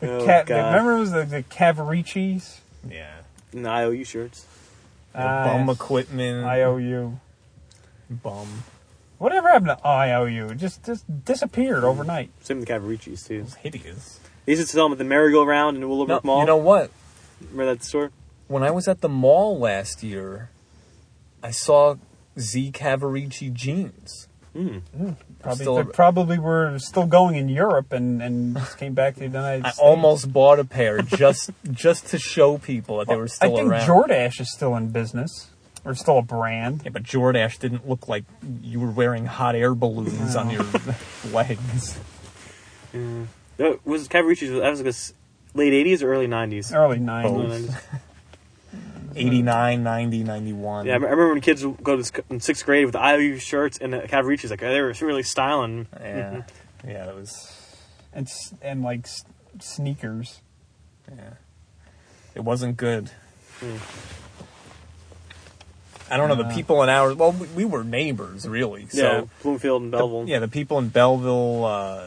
Speaker 3: the
Speaker 4: Oh,
Speaker 3: ca- the-
Speaker 4: God.
Speaker 3: remember it was the, the Cavaricis?
Speaker 2: yeah.
Speaker 4: and the IOU shirts.
Speaker 3: Ah,
Speaker 2: bum
Speaker 3: yes.
Speaker 2: equipment.
Speaker 3: IOU.
Speaker 2: bum.
Speaker 3: Whatever happened to IOU? It Just just disappeared overnight.
Speaker 4: Same with the Cavaricis too.
Speaker 2: It's hideous.
Speaker 4: They used to sell them at the merry-go-round in Willowbrook Mall.
Speaker 2: you know what?
Speaker 4: Remember that store?
Speaker 2: When I was at the mall last year, I saw Z Cavarici jeans.
Speaker 3: Probably,
Speaker 2: Still-
Speaker 3: they probably were still going in Europe and, and just came back to the United
Speaker 2: I
Speaker 3: States.
Speaker 2: almost bought a pair just just to show people that they were still
Speaker 3: I think
Speaker 2: around.
Speaker 3: Jordash is still in business. Or still a brand.
Speaker 2: yeah, but Jordash didn't look like you were wearing hot air balloons on your legs.
Speaker 4: That was Cavaricis. That was like this late '80s or early '90s.
Speaker 2: Oh.
Speaker 3: Early
Speaker 4: Early
Speaker 3: 90s.
Speaker 4: 90s.
Speaker 2: 89, 90, 91.
Speaker 4: Yeah, I remember when kids would go to sc- in sixth grade with IOU shirts and the Cavaricis. Like they were really styling.
Speaker 2: yeah,
Speaker 4: Mm-hmm.
Speaker 2: yeah, that was.
Speaker 3: And, s- and like s- sneakers.
Speaker 2: Yeah. It wasn't good.
Speaker 4: Hmm.
Speaker 2: I don't know. The people in our well, we, we were neighbors really. So
Speaker 4: Uh, yeah, Bloomfield and
Speaker 2: the-
Speaker 4: Belleville.
Speaker 2: yeah, the people in Belleville uh,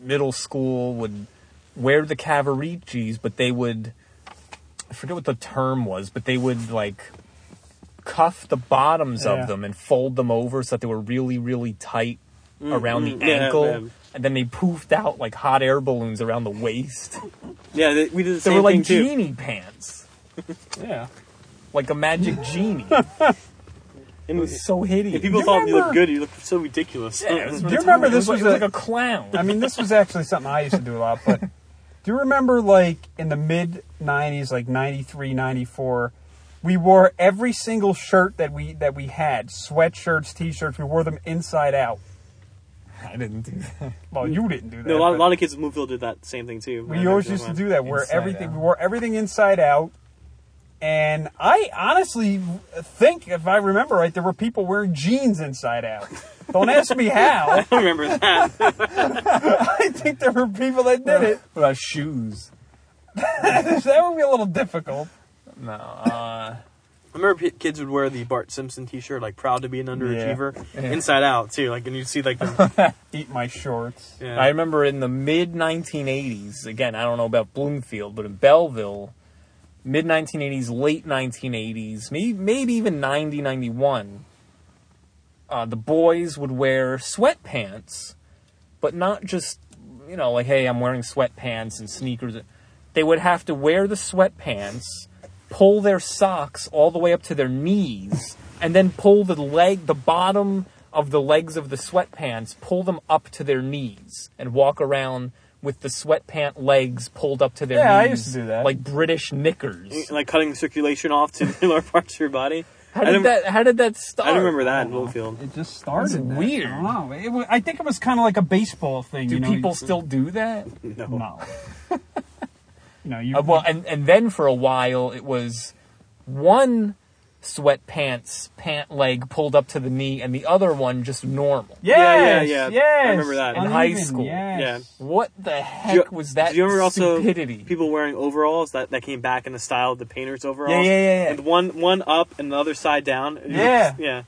Speaker 2: Middle School would wear the Cavaricis, but they would I forget what the term was, but they would like cuff the bottoms
Speaker 3: Yeah.
Speaker 2: of them and fold them over so that they were really, really tight around
Speaker 4: mm,
Speaker 2: the
Speaker 4: yeah,
Speaker 2: ankle.
Speaker 4: yeah.
Speaker 2: And then they poofed out like hot air balloons around the waist.
Speaker 4: Yeah, they, we did the
Speaker 2: They
Speaker 4: same
Speaker 2: were
Speaker 4: thing
Speaker 2: like
Speaker 4: too.
Speaker 2: genie pants,
Speaker 3: Yeah.
Speaker 2: like a magic genie.
Speaker 4: And
Speaker 2: It was so hideous.
Speaker 4: if people
Speaker 3: You
Speaker 4: thought you
Speaker 3: remember-
Speaker 4: looked good, you looked so ridiculous.
Speaker 2: Yeah, it was
Speaker 3: Do you
Speaker 2: retarded.
Speaker 3: remember
Speaker 2: It
Speaker 3: this
Speaker 2: like-
Speaker 3: was
Speaker 2: it
Speaker 3: a-
Speaker 2: like a clown?
Speaker 3: I mean, this was actually something I used to do a lot, but do you remember, like, in the mid 90s, like 93, 94, we wore every single shirt that we that we had sweatshirts, t shirts, we wore them inside out.
Speaker 2: I didn't do that.
Speaker 3: Well, you didn't do that.
Speaker 4: No, a lot, a
Speaker 3: but
Speaker 4: lot of kids in Bloomfield did that same thing too.
Speaker 3: we always used to do that, where
Speaker 2: Inside
Speaker 3: everything, we
Speaker 2: out.
Speaker 3: wore everything inside out. And I honestly think, if I remember right, there were people wearing jeans inside out. Don't ask me how.
Speaker 4: I remember that.
Speaker 3: I think there were people that did it.
Speaker 2: What about shoes?
Speaker 3: That would be a little difficult.
Speaker 2: No. Uh,
Speaker 4: I remember p- kids would wear the Bart Simpson T-shirt, like proud to be an underachiever, inside out too. Like, and you'd see like the.
Speaker 3: Eat my shorts.
Speaker 4: Yeah.
Speaker 2: I remember in the mid 1980s. Again, I don't know about Bloomfield, but in Belleville, mid 1980s, late 1980s, maybe maybe even 90, 91. Uh, the boys would wear sweatpants, but not just you know like hey, I'm wearing sweatpants and sneakers. They would have to wear the sweatpants, pull their socks all the way up to their knees, and then pull the leg, the bottom of the legs of the sweatpants, pull them up to their knees, and walk around with the sweatpant legs pulled up to their
Speaker 3: Yeah,
Speaker 2: knees.
Speaker 3: I used to do that.
Speaker 2: Like British knickers.
Speaker 4: like cutting circulation off to the lower parts of your body.
Speaker 2: How
Speaker 4: I
Speaker 2: did
Speaker 4: don't-
Speaker 2: that? Oh, How did that start?
Speaker 4: I don't remember that in Bloomfield.
Speaker 3: It just started.
Speaker 2: That's
Speaker 3: that.
Speaker 2: weird.
Speaker 3: I don't know. It wa- I think it was kind of like a baseball thing.
Speaker 2: Do
Speaker 3: you know?
Speaker 2: people
Speaker 3: you-
Speaker 2: still do that?
Speaker 4: No.
Speaker 3: No. you know, you.
Speaker 2: Uh, well, and and then for a while it was one sweatpants pant leg pulled up to the knee and the other one just normal.
Speaker 4: Yeah, yeah,
Speaker 3: Yes,
Speaker 4: yeah. I
Speaker 3: yes.
Speaker 4: remember that. In
Speaker 2: high
Speaker 3: Uneven,
Speaker 2: school.
Speaker 3: yes.
Speaker 4: Yeah.
Speaker 2: What the heck
Speaker 4: Do you-
Speaker 2: was that
Speaker 4: do you remember also
Speaker 2: stupidity?
Speaker 4: people wearing overalls that, that came back in the style of the painters overalls?
Speaker 2: Yeah, yeah, yeah, yeah.
Speaker 4: And one one up and the other side down. It
Speaker 3: Yeah.
Speaker 4: looks- yeah.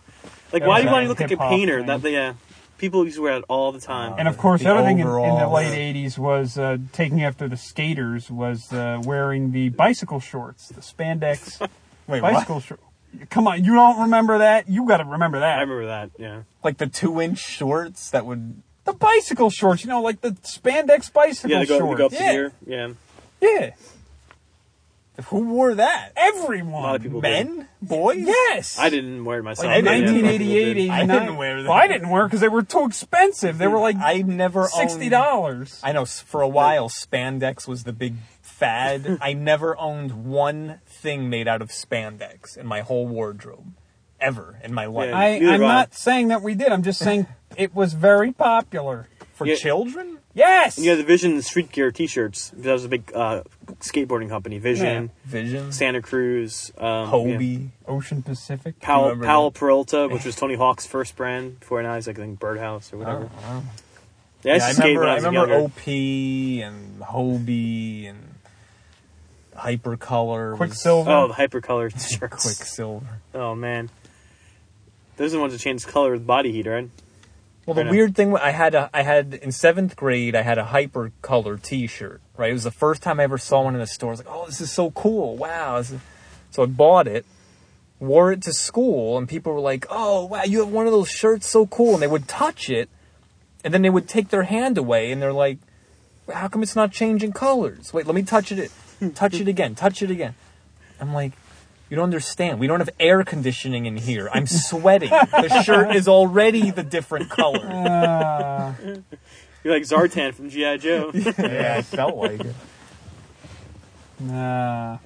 Speaker 4: Like,
Speaker 3: That
Speaker 4: why
Speaker 3: was
Speaker 4: do you want
Speaker 3: a
Speaker 4: to look like a
Speaker 3: hip-hop
Speaker 4: painter?
Speaker 3: thing.
Speaker 4: That they, yeah, people used to wear that all the time.
Speaker 3: And of course,
Speaker 6: The
Speaker 3: everything in, in the
Speaker 6: overall-
Speaker 3: late '80s was uh, taking after the skaters was uh, wearing the bicycle shorts, the spandex
Speaker 2: Wait, what?
Speaker 3: bicycle shorts. Come on, you don't remember that? You got to remember that.
Speaker 4: I remember that. Yeah.
Speaker 2: Like the two inch shorts that would
Speaker 3: the bicycle shorts, you know, like the spandex bicycle
Speaker 4: Yeah, to go, to
Speaker 3: shorts.
Speaker 4: go up to
Speaker 2: Yeah.
Speaker 4: here. Yeah.
Speaker 3: yeah,
Speaker 2: who wore that?
Speaker 3: everyone.
Speaker 4: A lot of people did.
Speaker 2: Men? Boys?
Speaker 3: Yes,
Speaker 4: I didn't wear it myself.
Speaker 2: Like,
Speaker 4: but yeah, a lot of people
Speaker 3: 1988,
Speaker 4: did.
Speaker 3: 89.
Speaker 2: I didn't wear that.
Speaker 3: Well, I didn't wear because they were too expensive. They were like
Speaker 2: I never owned-
Speaker 3: sixty dollars.
Speaker 2: I know s- for a while spandex was the big fad. I never owned one thing made out of spandex in my whole wardrobe ever in my life.
Speaker 4: Yeah.
Speaker 3: I,
Speaker 4: neither
Speaker 3: I'm
Speaker 4: do I.
Speaker 3: not saying that we did. I'm just saying it was very popular.
Speaker 2: For
Speaker 4: Yeah.
Speaker 2: children?
Speaker 3: Yes.
Speaker 4: And you had the Vision Street Gear T-shirts. That was a big uh, skateboarding company. Vision,
Speaker 2: Vision,
Speaker 4: Santa Cruz, um, yeah.
Speaker 2: Hobie.
Speaker 3: Ocean Pacific.
Speaker 4: Powell,
Speaker 2: Remember
Speaker 4: Powell
Speaker 2: that.
Speaker 4: Peralta, which was Tony Hawk's first brand before now he's like I think Birdhouse or whatever. Yeah, I
Speaker 2: Yeah,
Speaker 4: used
Speaker 2: I
Speaker 4: to skate
Speaker 2: remember,
Speaker 4: when I
Speaker 2: I
Speaker 4: was
Speaker 2: remember
Speaker 4: younger.
Speaker 2: OP and Hobie and Hypercolor. was-
Speaker 3: Quicksilver.
Speaker 4: Oh, the hypercolor shirts.
Speaker 2: Quicksilver.
Speaker 4: Oh man, those are the ones that change color with body heat, right?
Speaker 2: Well, the
Speaker 4: Right on.
Speaker 2: weird thing wa- I had a I had in seventh grade I had a hypercolor T-shirt. Right, it was the first time I ever saw one in a store. I was like, "Oh, this is so cool! Wow!" This is- So I bought it, wore it to school, and people were like, "Oh, wow, you have one of those shirts, so cool!" And they would touch it, and then they would take their hand away, and they're like, "How come it's not changing colors? Wait, let me touch it, touch it again, touch it again." I'm like. You don't understand. We don't have air conditioning in here. I'm sweating. the shirt is already the different color.
Speaker 3: Uh,
Speaker 4: You're like Zartan from GI Joe.
Speaker 2: yeah, it felt like it.
Speaker 3: nah.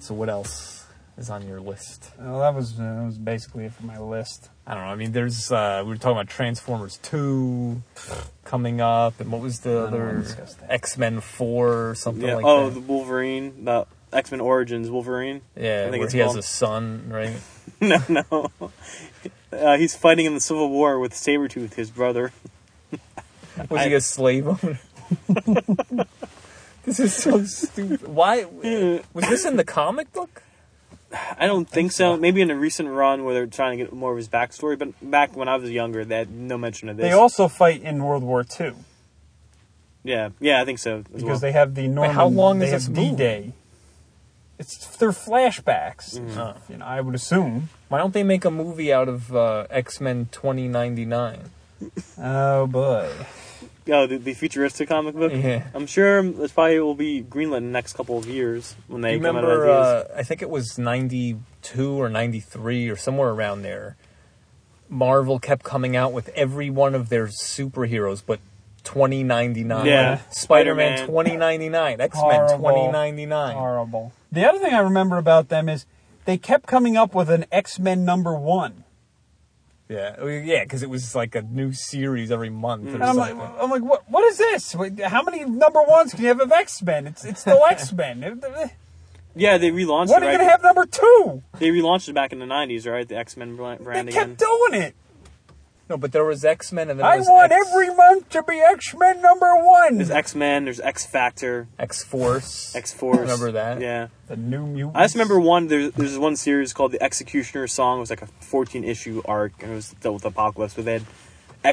Speaker 2: So what else is on your list?
Speaker 3: Well, that was uh, that was basically it for my list.
Speaker 2: I don't know. I mean, there's uh, we were talking about Transformers Two coming up, and what was the
Speaker 3: I don't wanna
Speaker 2: other
Speaker 3: discuss that.
Speaker 2: X Men Four or something
Speaker 4: yeah.
Speaker 2: like
Speaker 4: oh, the
Speaker 2: that?
Speaker 4: Wolverine, the X Men Origins Wolverine.
Speaker 2: yeah,
Speaker 4: I think
Speaker 2: where
Speaker 4: it's
Speaker 2: he
Speaker 4: called-
Speaker 2: has a son, right?
Speaker 4: no, no. Uh, he's fighting in the Civil War with Sabretooth, his brother.
Speaker 2: Was he a slave owner? this is so stupid. Why was this in the comic book?
Speaker 4: I don't think so. Maybe in a recent run where they're trying to get more of his backstory, but back when I was younger, they had no mention of this.
Speaker 3: They also fight in World War II
Speaker 4: yeah, yeah, I think so. As
Speaker 3: because
Speaker 4: well.
Speaker 3: they have the Norman.
Speaker 2: how long
Speaker 3: they
Speaker 2: is this
Speaker 3: have
Speaker 2: movie?
Speaker 3: D-Day. It's they're flashbacks. You know, I would assume.
Speaker 2: Why don't they make a movie out of uh, X Men twenty ninety nine?
Speaker 3: Oh boy.
Speaker 4: Oh, the, the futuristic comic book.
Speaker 2: Yeah.
Speaker 4: I'm sure this probably will be greenlit in the next couple of years when they
Speaker 2: you
Speaker 4: come out
Speaker 2: remember
Speaker 4: with ideas.
Speaker 2: uh, i think it was 92 or 93 or somewhere around there marvel kept coming out with every one of their superheroes but 2099
Speaker 4: Yeah.
Speaker 2: spider-man
Speaker 4: Spider-Man.
Speaker 2: 2099 x-men
Speaker 3: Horrible.
Speaker 2: 2099
Speaker 3: Horrible. The other thing I remember about them is they kept coming up with an X Men number one.
Speaker 2: yeah Oh, yeah because it was like a new series every month or
Speaker 3: And Mm. I'm like,
Speaker 2: something
Speaker 3: I'm like, what? What is this? Wait, How many number ones can you have of X Men? It's it's still X Men.
Speaker 4: yeah, they relaunched
Speaker 3: What
Speaker 4: it.
Speaker 3: are
Speaker 4: right?
Speaker 3: you gonna have number two?
Speaker 4: They relaunched it back in the 90s, right? The X Men brand again.
Speaker 3: They kept doing it.
Speaker 2: no but there was x-men and then there
Speaker 3: I
Speaker 2: was
Speaker 3: want
Speaker 2: X-
Speaker 3: every month to be X Men number one.
Speaker 4: There's X Men. There's X Factor.
Speaker 2: x-force
Speaker 4: X Force.
Speaker 2: remember that
Speaker 4: Yeah.
Speaker 3: the new mutant.
Speaker 4: I just remember one. There's there's one series called the Executioner Song. It was like a 14 issue arc, and it was dealt with apocalypse. But they had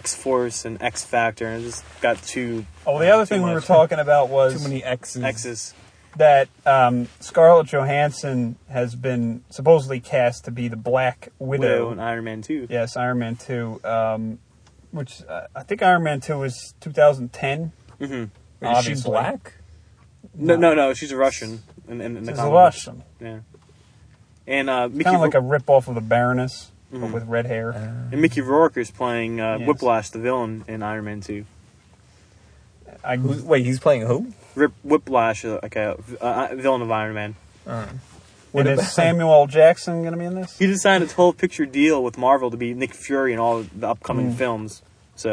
Speaker 4: X Force and X Factor, and it just got too
Speaker 3: Oh, the other thing we were talking about was
Speaker 2: too many x's
Speaker 4: X's.
Speaker 3: that um, Scarlett Johansson has been supposedly cast to be the Black
Speaker 4: Widow and Iron Man 2.
Speaker 3: Yes, Iron Man 2, um, which uh, I think Iron Man 2 was 2010.
Speaker 4: Mm-hmm.
Speaker 2: Wait, is she
Speaker 3: Obviously.
Speaker 2: black
Speaker 4: No, no, no. She's a Russian. In, in, in the
Speaker 3: It's
Speaker 4: comic
Speaker 3: lush.
Speaker 4: book.
Speaker 3: Kind
Speaker 4: Yeah. And uh, Mickey, Mm-hmm.
Speaker 3: of like a
Speaker 4: Rour-
Speaker 3: ripoff of the Baroness, but with red hair.
Speaker 4: and Mickey Rourke is playing uh,
Speaker 3: Yes.
Speaker 4: Whiplash, the villain in Iron Man 2. Uh,
Speaker 3: I,
Speaker 2: Who's, wait he's playing who
Speaker 4: Rip, Whiplash, uh, like a uh, uh, villain of Iron Man.
Speaker 3: and is Samuel L. Jackson going to be in this?
Speaker 4: He just signed a 12 picture deal with Marvel to be Nick Fury in all the
Speaker 3: Mm.
Speaker 4: upcoming films. So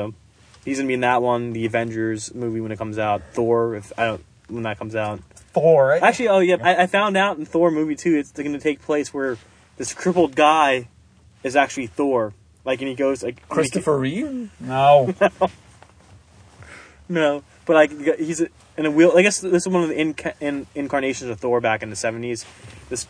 Speaker 4: he's going to be in that one, the Avengers movie when it comes out, Thor, if I don't, when that comes out.
Speaker 3: Thor. Right?
Speaker 4: Actually, oh yeah, I, I found out in Thor movie two, it's going to take place where this crippled guy is actually Thor. Like, and he goes like
Speaker 2: Christopher Reeve?
Speaker 3: no.
Speaker 4: No, but like he's in a wheel. I guess this is one of the inca- in, incarnations of Thor back in the seventies. This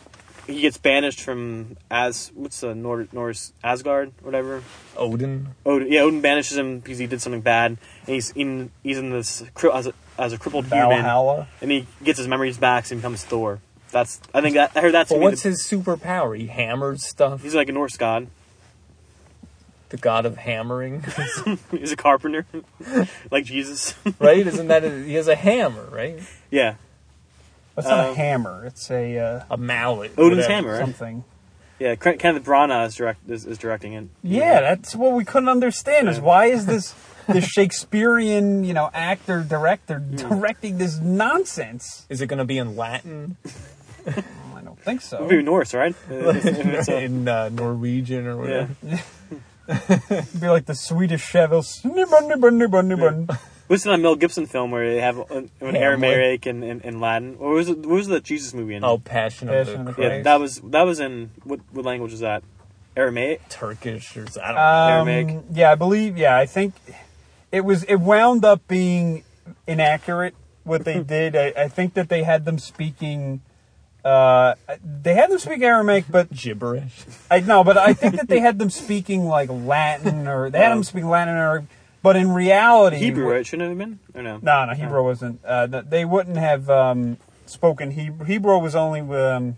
Speaker 4: he gets banished from as what's the Nor- Norse Asgard, whatever.
Speaker 2: Odin?
Speaker 4: Odin, yeah, Odin banishes him because he did something bad, and he's in he's in this cri- as a, as a crippled human,
Speaker 3: Valhalla.
Speaker 4: and he gets his memories back and becomes Thor. That's I think that I heard that's
Speaker 2: But
Speaker 4: gonna be
Speaker 2: what's
Speaker 4: the-
Speaker 2: his superpower? He hammers stuff?
Speaker 4: He's like a Norse god.
Speaker 2: the god of hammering,
Speaker 4: he's a carpenter, like Jesus.
Speaker 2: right? Isn't that a, he has a hammer, right?
Speaker 4: yeah,
Speaker 3: That's not
Speaker 4: Um,
Speaker 3: a hammer. It's a uh,
Speaker 2: A mallet.
Speaker 4: Odin's
Speaker 2: whatever.
Speaker 4: hammer. Right?
Speaker 3: something.
Speaker 4: Yeah, Ken- Kenneth Branagh is direct is, is directing it.
Speaker 3: Yeah, that's what we couldn't understand is why is this this Shakespearean you know actor director directing this nonsense?
Speaker 2: Is it going to be in Latin,
Speaker 3: I don't think so.
Speaker 4: Maybe Norse, right? If it's a-
Speaker 2: in uh, Norwegian, or
Speaker 4: yeah.
Speaker 2: whatever?
Speaker 3: It'd be like the Swedish Chevels. Nibbun, nibbun, nibbun, nibbun.
Speaker 4: What's that Mel Gibson film where they have uh, an, an
Speaker 2: Hamlet.
Speaker 4: Aramaic and, and, and Latin? Or was it what was the Jesus movie in?
Speaker 2: Oh, Passion,
Speaker 3: Passion
Speaker 2: of the
Speaker 3: of the
Speaker 2: Christ.
Speaker 4: yeah, that was that was in what what language was that? Aramaic.
Speaker 2: Turkish or I don't
Speaker 3: Um,
Speaker 4: Aramaic.
Speaker 3: yeah, I believe. Yeah, I think it was. It wound up being inaccurate what they did. I, I think that they had them speaking. Uh, they had them speak Aramaic, but
Speaker 2: know. Gibberish.
Speaker 3: I know, but I think that they had them speaking like Latin, or they had them speak Latin, or but in reality,
Speaker 4: Oh. Hebrew, right? Shouldn't it have been? Or no?
Speaker 3: No, no, Hebrew wasn't. Uh, th- they wouldn't have um, spoken Hebrew. Hebrew was only. Um,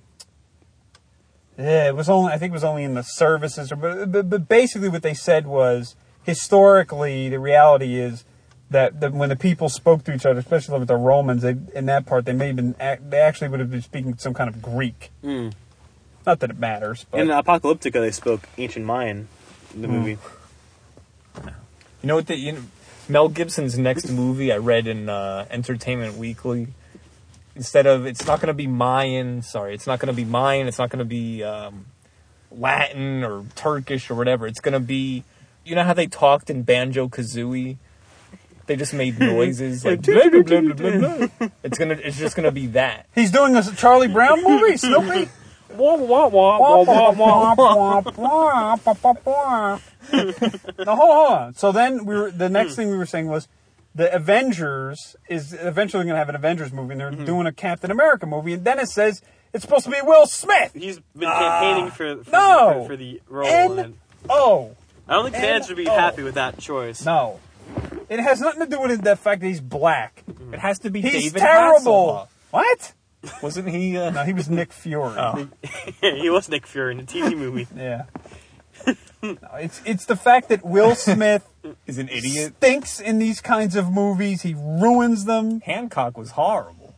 Speaker 3: yeah, it was only. I think it was only in the services. Or, but, but, but basically, what they said was historically, the reality is that the, when the people spoke to each other, especially with the Romans, they, in that part, they may have been. ac- They actually would have been speaking some kind of Greek. Not that it matters, but
Speaker 4: Hmm. In Apocalyptica, they spoke ancient Mayan. In the movie.
Speaker 2: You know what? The you know, Mel Gibson's next movie I read in uh, Entertainment Weekly. Instead of it's not going to be Mayan. Sorry, it's not going to be Mayan. It's not going to be um, Latin or Turkish or whatever. It's going to be. You know how they talked in Banjo Kazooie. They just made noises like blah, blah, blah, blah, blah, blah. It's gonna. It's just gonna be that.
Speaker 3: he's doing this Charlie Brown movie, Snoopy.
Speaker 4: Wah, wah, wah, wah, wah, wah.
Speaker 3: no, hold on. So then we were the next thing we were saying was the Avengers is eventually going to have an Avengers movie, and they're doing a Captain America movie, and then it says it's supposed to be Will Smith.
Speaker 4: He's been campaigning for, for,
Speaker 3: no.
Speaker 4: for, for the role.
Speaker 3: N-
Speaker 4: and
Speaker 3: Oh
Speaker 4: I don't think fans would be
Speaker 3: N- O.
Speaker 4: happy with that choice.
Speaker 3: no, it has nothing to do with the fact that he's black.
Speaker 2: It has to be
Speaker 3: He's
Speaker 2: Mm-hmm. David
Speaker 3: terrible. What?
Speaker 2: Hasselhoff. Wasn't he? Uh,
Speaker 3: No, he was Nick Fury.
Speaker 4: he was Nick Fury in the TV movie.
Speaker 3: Yeah. No, it's it's the fact that Will Smith
Speaker 2: Is an idiot.
Speaker 3: stinks in these kinds of movies. He ruins them.
Speaker 2: Hancock was horrible.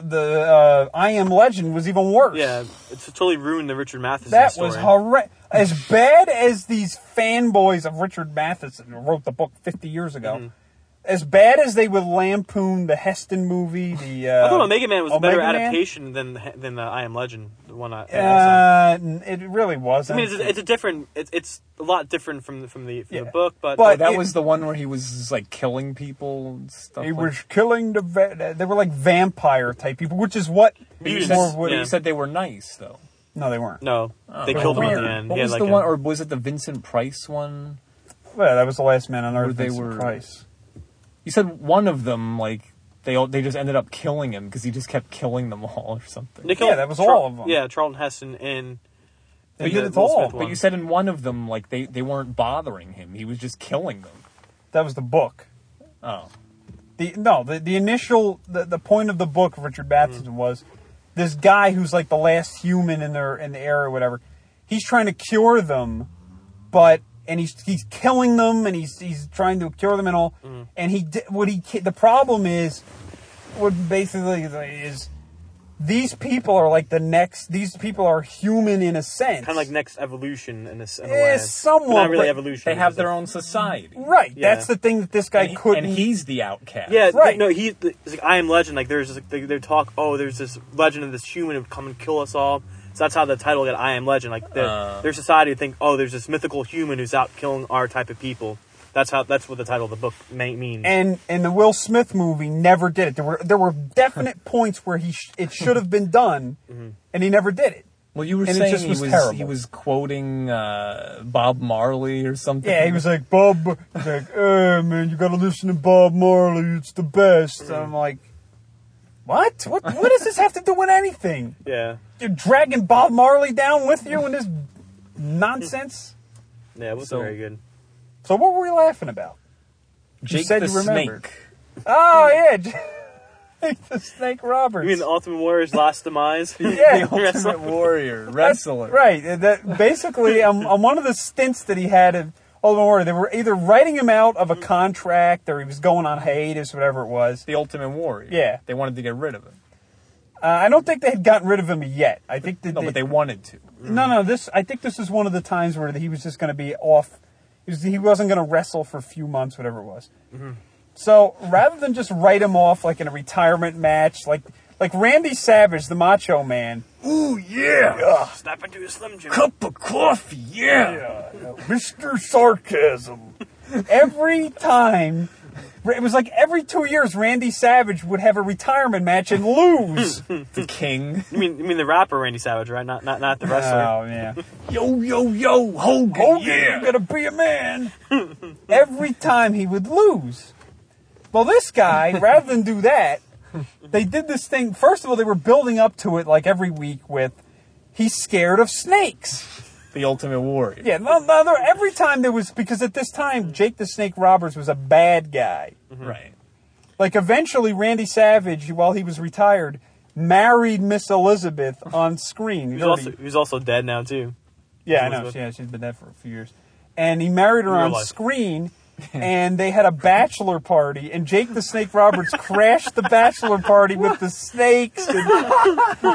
Speaker 3: The uh, I Am Legend was even worse.
Speaker 4: Yeah, it's totally ruined the Richard Matheson
Speaker 3: That
Speaker 4: story.
Speaker 3: was horrific. As bad as these fanboys of Richard Matheson who wrote the book 50 years ago,
Speaker 4: Mm-hmm.
Speaker 3: as bad as they would lampoon the Heston movie, the. Uh,
Speaker 4: I thought Omega Man was a better
Speaker 3: Omega Man?
Speaker 4: adaptation than than the I Am Legend the one. I,
Speaker 3: Uh, n- it really
Speaker 4: I
Speaker 3: wasn't.
Speaker 4: mean, it's, it's a different. It's, it's a lot different from the, from the from
Speaker 3: Yeah.
Speaker 4: the book, but,
Speaker 3: But-
Speaker 2: That
Speaker 3: It-
Speaker 2: was the one where he was like killing people and stuff.
Speaker 3: He
Speaker 2: like
Speaker 3: was killing the. Va- they were like vampire type people, which is what.
Speaker 4: He was-
Speaker 3: more would-
Speaker 2: But
Speaker 4: Yeah.
Speaker 2: you said they were nice, though.
Speaker 3: No, they weren't.
Speaker 4: no, they
Speaker 3: Oh,
Speaker 2: What
Speaker 4: killed me
Speaker 2: was
Speaker 4: in
Speaker 2: the-
Speaker 4: the end.
Speaker 2: What
Speaker 4: He had
Speaker 2: was
Speaker 4: like
Speaker 2: the
Speaker 4: a-
Speaker 2: one, or was it the Vincent Price one?
Speaker 3: Well, that was the last man on earth.
Speaker 2: they
Speaker 3: Vincent
Speaker 2: were-
Speaker 3: Price.
Speaker 2: You said one of them, like they all, they just ended up killing him because he just kept killing them all or something.
Speaker 4: they killed
Speaker 3: Yeah, that was all of them.
Speaker 4: Yeah, Charlton Heston and
Speaker 3: They
Speaker 4: Yeah,
Speaker 3: did it
Speaker 4: Will
Speaker 3: all.
Speaker 4: Smith
Speaker 2: But you said in one of them, like they they weren't bothering him; he was just killing them.
Speaker 3: That was the book.
Speaker 2: Oh,
Speaker 3: The no, the, the initial the, the point of the book of Richard Matheson was this guy who's like the last human in their in the era or whatever. He's trying to cure them, but and he's he's killing them and he's he's trying to cure them and all. And he di- what he ca- the problem is what basically is these people are like the next these people are human in a sense.
Speaker 4: kind of like next evolution in a, s- in a
Speaker 3: Yeah,
Speaker 4: way.
Speaker 3: somewhat,
Speaker 4: But not really
Speaker 3: but
Speaker 4: evolution.
Speaker 2: they have
Speaker 4: because
Speaker 2: their
Speaker 4: of-
Speaker 2: own society,
Speaker 3: right.
Speaker 4: Yeah.
Speaker 3: That's the thing that this guy
Speaker 2: And, he-
Speaker 3: couldn't
Speaker 2: and he's the outcast.
Speaker 4: Yeah, th-
Speaker 3: Right.
Speaker 4: no, he. th- It's like I Am Legend. Like there's this, like, they, they talk. Oh, there's this legend of this human who would come and kill us all. So that's how the title Uh. got I Am Legend. Like the, their society would think, oh, there's this mythical human who's out killing our type of people. That's how. That's what the title of the book may, means.
Speaker 3: and and the Will Smith movie never did it. There were there were definite points where he sh- it should have been done,
Speaker 4: Mm-hmm.
Speaker 3: and he never did it.
Speaker 2: Well, you were
Speaker 3: And it
Speaker 2: saying
Speaker 3: just
Speaker 2: he
Speaker 3: was
Speaker 2: was
Speaker 3: terrible.
Speaker 2: he was quoting uh, Bob Marley or something.
Speaker 3: Yeah, he was like Bob. He's like, hey man, you gotta listen to Bob Marley. It's the best.
Speaker 4: Mm.
Speaker 3: And I'm like, what? What? What does this have to do with anything?
Speaker 4: yeah,
Speaker 3: You're dragging Bob Marley down with you in this nonsense.
Speaker 4: yeah, it wasn't
Speaker 2: So-
Speaker 4: very good.
Speaker 3: So what were we laughing about?
Speaker 2: Jake
Speaker 3: said
Speaker 2: the
Speaker 3: you remembered.
Speaker 2: Snake.
Speaker 3: Oh yeah, Jake the Snake Roberts.
Speaker 4: You mean the Ultimate Warrior's last demise?
Speaker 3: Yeah.
Speaker 2: The Ultimate Warrior,
Speaker 3: That's
Speaker 2: wrestler.
Speaker 3: Right. uh, That basically on, on one of the stints that he had at Ultimate Warrior, they were either writing him out of a contract or he was going on hiatus, whatever it was.
Speaker 2: The Ultimate Warrior.
Speaker 3: Yeah.
Speaker 2: They wanted to get rid of him.
Speaker 3: Uh, I don't think they had gotten rid of him yet. I think that
Speaker 2: No, Oh, but they Mm. wanted to.
Speaker 3: no, no. This I think this is one of the times where he was just going to be off. He, was, he wasn't going to wrestle for a few months, whatever it was.
Speaker 2: Mm-hmm.
Speaker 3: So rather than just write him off like in a retirement match, like like Randy Savage, the Macho Man,
Speaker 2: Ooh, yeah.
Speaker 4: Snap into a slim jim.
Speaker 2: Cup of coffee, yeah.
Speaker 3: Mr. Sarcasm. Every time, it was like every two years, Randy Savage would have a retirement match and lose. oh,
Speaker 2: The king.
Speaker 4: You mean you mean the rapper Randy Savage, right? Not not not the wrestler.
Speaker 3: Oh, yeah.
Speaker 2: Yo, yo, yo, Hogan,
Speaker 3: Hogan, you gotta be a man. every time he would lose. Well, this guy, rather than do that, they did this thing. First of all, they were building up to it like every week with he's scared of snakes.
Speaker 2: The Ultimate Warrior.
Speaker 3: Yeah, no, no, there- every time there was because at this time Jake the Snake Roberts was a bad guy.
Speaker 2: Right.
Speaker 3: Like eventually Randy Savage, while he was retired, married Miss Elizabeth on screen.
Speaker 4: He was
Speaker 3: He'd
Speaker 4: also
Speaker 3: already-
Speaker 4: he was also dead now too.
Speaker 3: yeah, I know.
Speaker 4: Elizabeth.
Speaker 3: Yeah, she's been dead for a few years, and he married her
Speaker 4: real
Speaker 3: on
Speaker 4: life.
Speaker 3: screen. and they had a bachelor party, and Jake the Snake Roberts crashed the bachelor party with the snakes. And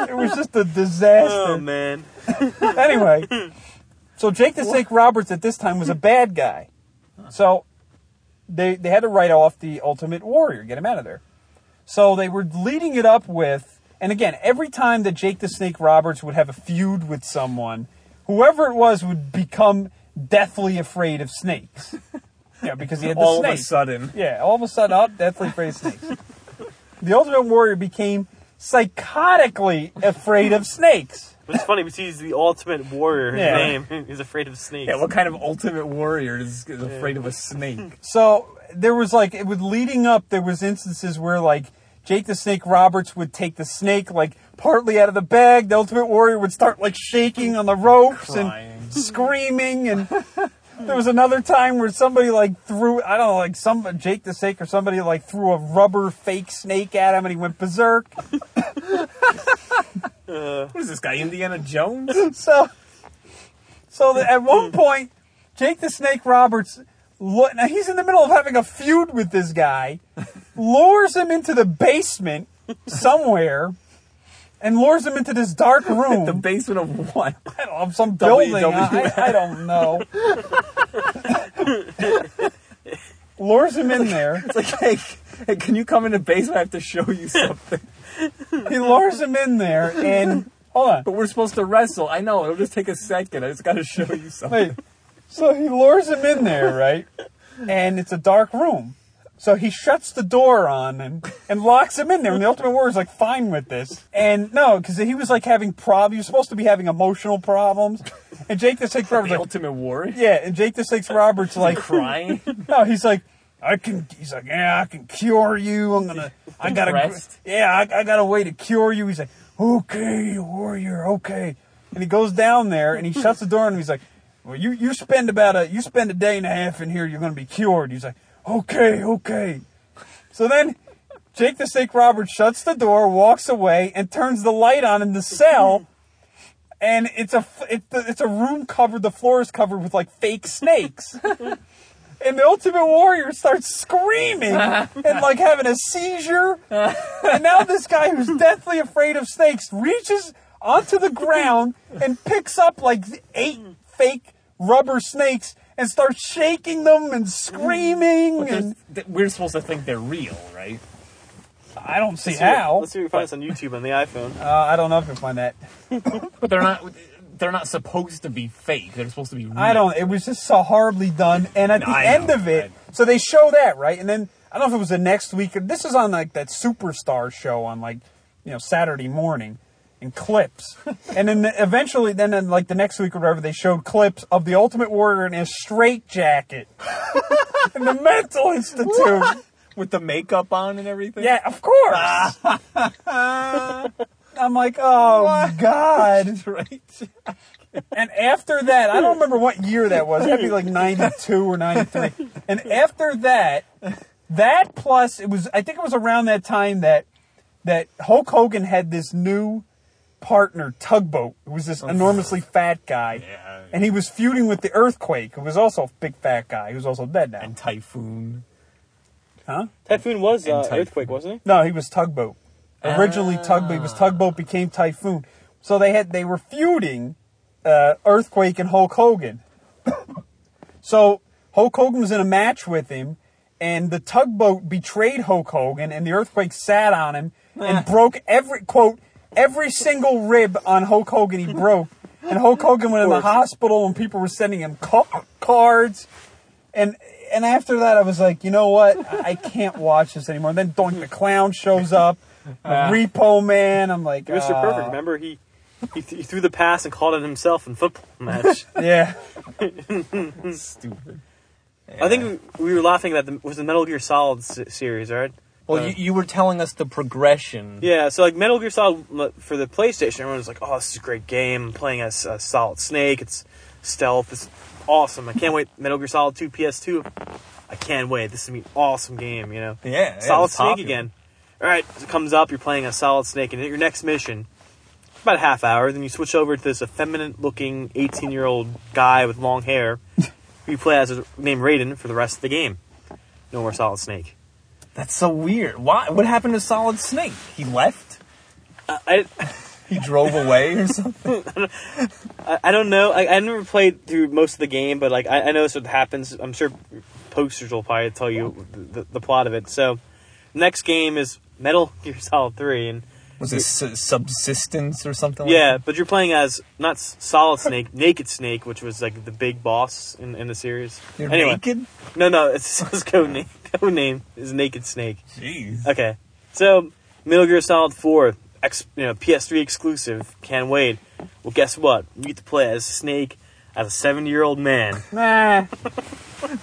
Speaker 3: it was just a disaster
Speaker 4: Oh man.
Speaker 3: anyway, so Jake the Snake Roberts at this time was a bad guy. So they they had to write off the Ultimate Warrior, get him out of there. So they were leading it up with, and again, every time that Jake the Snake Roberts would have a feud with someone, whoever it was would become deathly afraid of snakes. Yeah, because he had the
Speaker 2: All
Speaker 3: snake.
Speaker 2: of a sudden.
Speaker 3: Yeah, all of a sudden, up deathly afraid of snakes. the Ultimate Warrior became psychotically afraid of snakes.
Speaker 4: But it's funny because he's the Ultimate Warrior. His
Speaker 3: Yeah.
Speaker 4: name. He's afraid of snakes.
Speaker 2: Yeah, what kind of Ultimate Warrior is is afraid of a snake?
Speaker 3: So there was like it was leading up. There was instances where like Jake the Snake Roberts would take the snake like partly out of the bag. The Ultimate Warrior would start like shaking on the ropes
Speaker 2: Crying.
Speaker 3: and screaming. And there was another time where somebody like threw I don't know like some Jake the Snake or somebody like threw a rubber fake snake at him and he went berserk.
Speaker 2: What is this guy, Indiana Jones?
Speaker 3: so so that at one point jake the snake roberts lu- now he's in the middle of having a feud with this guy lures him into the basement somewhere and lures him into this dark room
Speaker 2: the basement of what?
Speaker 3: I don't know, of some building I,
Speaker 2: WWF.
Speaker 3: I don't know lures him in there
Speaker 2: It's like, hey, hey, can you come in the basement? I have to show you something.
Speaker 3: he lures him in there and hold on
Speaker 2: But we're supposed to wrestle. I know. It'll just take a second. I just got to show you something.
Speaker 3: Wait. So he lures him in there, right? And it's a dark room. So he shuts the door on and, and locks him in there. And the Ultimate Warrior's like, fine with this. And no, because he was like having problems. He was supposed to be having emotional problems. And Jake the Snake Roberts,
Speaker 2: the
Speaker 3: like,
Speaker 2: Ultimate Warrior?
Speaker 3: yeah. And Jake the Snake Roberts, like,
Speaker 2: Crying?
Speaker 3: no, he's like, I can. He's like, yeah, I can cure you. I'm gonna. I got to
Speaker 2: Depressed?
Speaker 3: Yeah, I, I got a way to cure you. He's like, okay, warrior, okay. And he goes down there and he shuts the door and he's like, well, you you spend about a you spend a day and a half in here, you're gonna be cured. He's like, okay, okay. So then. Jake the Snake Roberts shuts the door, walks away, and turns the light on in the cell. And it's a f- it, it's a room covered. The floor is covered with like fake snakes and the Ultimate Warrior starts screaming and like having a seizure. and now this guy who's deathly afraid of snakes reaches onto the ground and picks up like eight fake rubber snakes and starts shaking them and screaming.
Speaker 2: There's-
Speaker 3: And
Speaker 2: th- We're supposed to think they're real, right?
Speaker 3: I don't see
Speaker 4: Let's see what-
Speaker 3: how.
Speaker 4: Let's see if we can find this on YouTube on the iPhone.
Speaker 3: Uh, I don't know if you can find that.
Speaker 2: But they're not. they're not supposed to be fake. They're supposed to be. Real.
Speaker 3: I don't. It was just so horribly done. And at
Speaker 2: No,
Speaker 3: the
Speaker 2: I
Speaker 3: end
Speaker 2: know,
Speaker 3: of it,
Speaker 2: I-
Speaker 3: so they show that right, and then I don't know if it was the next week. or This was on like that superstar show on like you know Saturday morning and clips, and then eventually, then in, like the next week or whatever, they showed clips of the Ultimate Warrior in his straight jacket in the mental institute.
Speaker 2: with the makeup on and everything.
Speaker 3: Yeah, of course. I'm like, oh god.
Speaker 2: right.
Speaker 3: And after that, I don't remember what year that was. That'd be like 92 or 93. And after that, that plus it was I think it was around that time that that Hulk Hogan had this new partner, Tugboat, who was this enormously fat guy.
Speaker 2: Oh. Yeah.
Speaker 3: And he was feuding with the Earthquake, who was also a big fat guy, who's also dead now.
Speaker 2: And typhoon.
Speaker 3: Huh?
Speaker 4: Typhoon was uh,
Speaker 2: Typhoon.
Speaker 4: earthquake, wasn't he?
Speaker 3: No, he was Tugboat. Originally Tugboat. He was
Speaker 2: Ah.
Speaker 3: Tugboat, became Typhoon. So they had they were feuding uh, Earthquake and Hulk Hogan. so Hulk Hogan was in a match with him, and the Tugboat betrayed Hulk Hogan, and the Earthquake sat on him and broke every quote every single rib on Hulk Hogan. He broke, and Hulk Hogan went in the hospital, and people were sending him ca- cards. And and after that, I was like, you know what? I I can't watch this anymore. And then Doink the Clown shows up, the Repo Man. I'm like,
Speaker 4: Mr.
Speaker 3: uh,
Speaker 4: Perfect, remember he he, th- he threw the pass and called it himself in football match.
Speaker 3: Yeah,
Speaker 2: Stupid.
Speaker 4: I think we, we were laughing at the was the Metal Gear Solid s- series, right?
Speaker 2: Well,
Speaker 4: Uh,
Speaker 2: you, you were telling us the progression.
Speaker 4: Yeah, so like Metal Gear Solid l- for the PlayStation, everyone was like, "Oh, this is a great game. I'm playing as a Solid Snake. It's stealth. It's awesome. I can't wait. Metal Gear Solid 2 PS2. I can't wait. This is gonna be an awesome game. You know,
Speaker 2: Yeah, yeah, it
Speaker 4: Solid
Speaker 2: was
Speaker 4: Snake
Speaker 2: popular.
Speaker 4: again. All right, so it comes up. You're playing a Solid Snake, and your next mission, about a half hour, then you switch over to this effeminate-looking 18-year-old guy with long hair. who you play as is named Raiden for the rest of the game. No more Solid Snake.
Speaker 2: That's so weird. Why? What happened to Solid Snake? He left.
Speaker 4: I,
Speaker 2: He drove away or something.
Speaker 4: I, I don't know. I, I never played through most of the game, but like I, I know this what happens. I'm sure posters will probably tell you the, the, the plot of it. So, next game is Metal Gear Solid Three, and
Speaker 2: Was it su- subsistence or something?
Speaker 4: yeah,
Speaker 2: Like
Speaker 4: but you're playing as not S- Solid Snake, Naked Snake, which was like the big boss in, in the series.
Speaker 2: that? You're
Speaker 4: anyway,
Speaker 2: naked.
Speaker 4: no, no, it's his code name. Code name is Naked Snake.
Speaker 2: Jeez.
Speaker 4: Okay, so Metal Gear Solid Four, ex, you know, PS3 exclusive. Can't wait. Well, guess what? You get to play as Snake, as a seventy-year-old man,
Speaker 3: nah.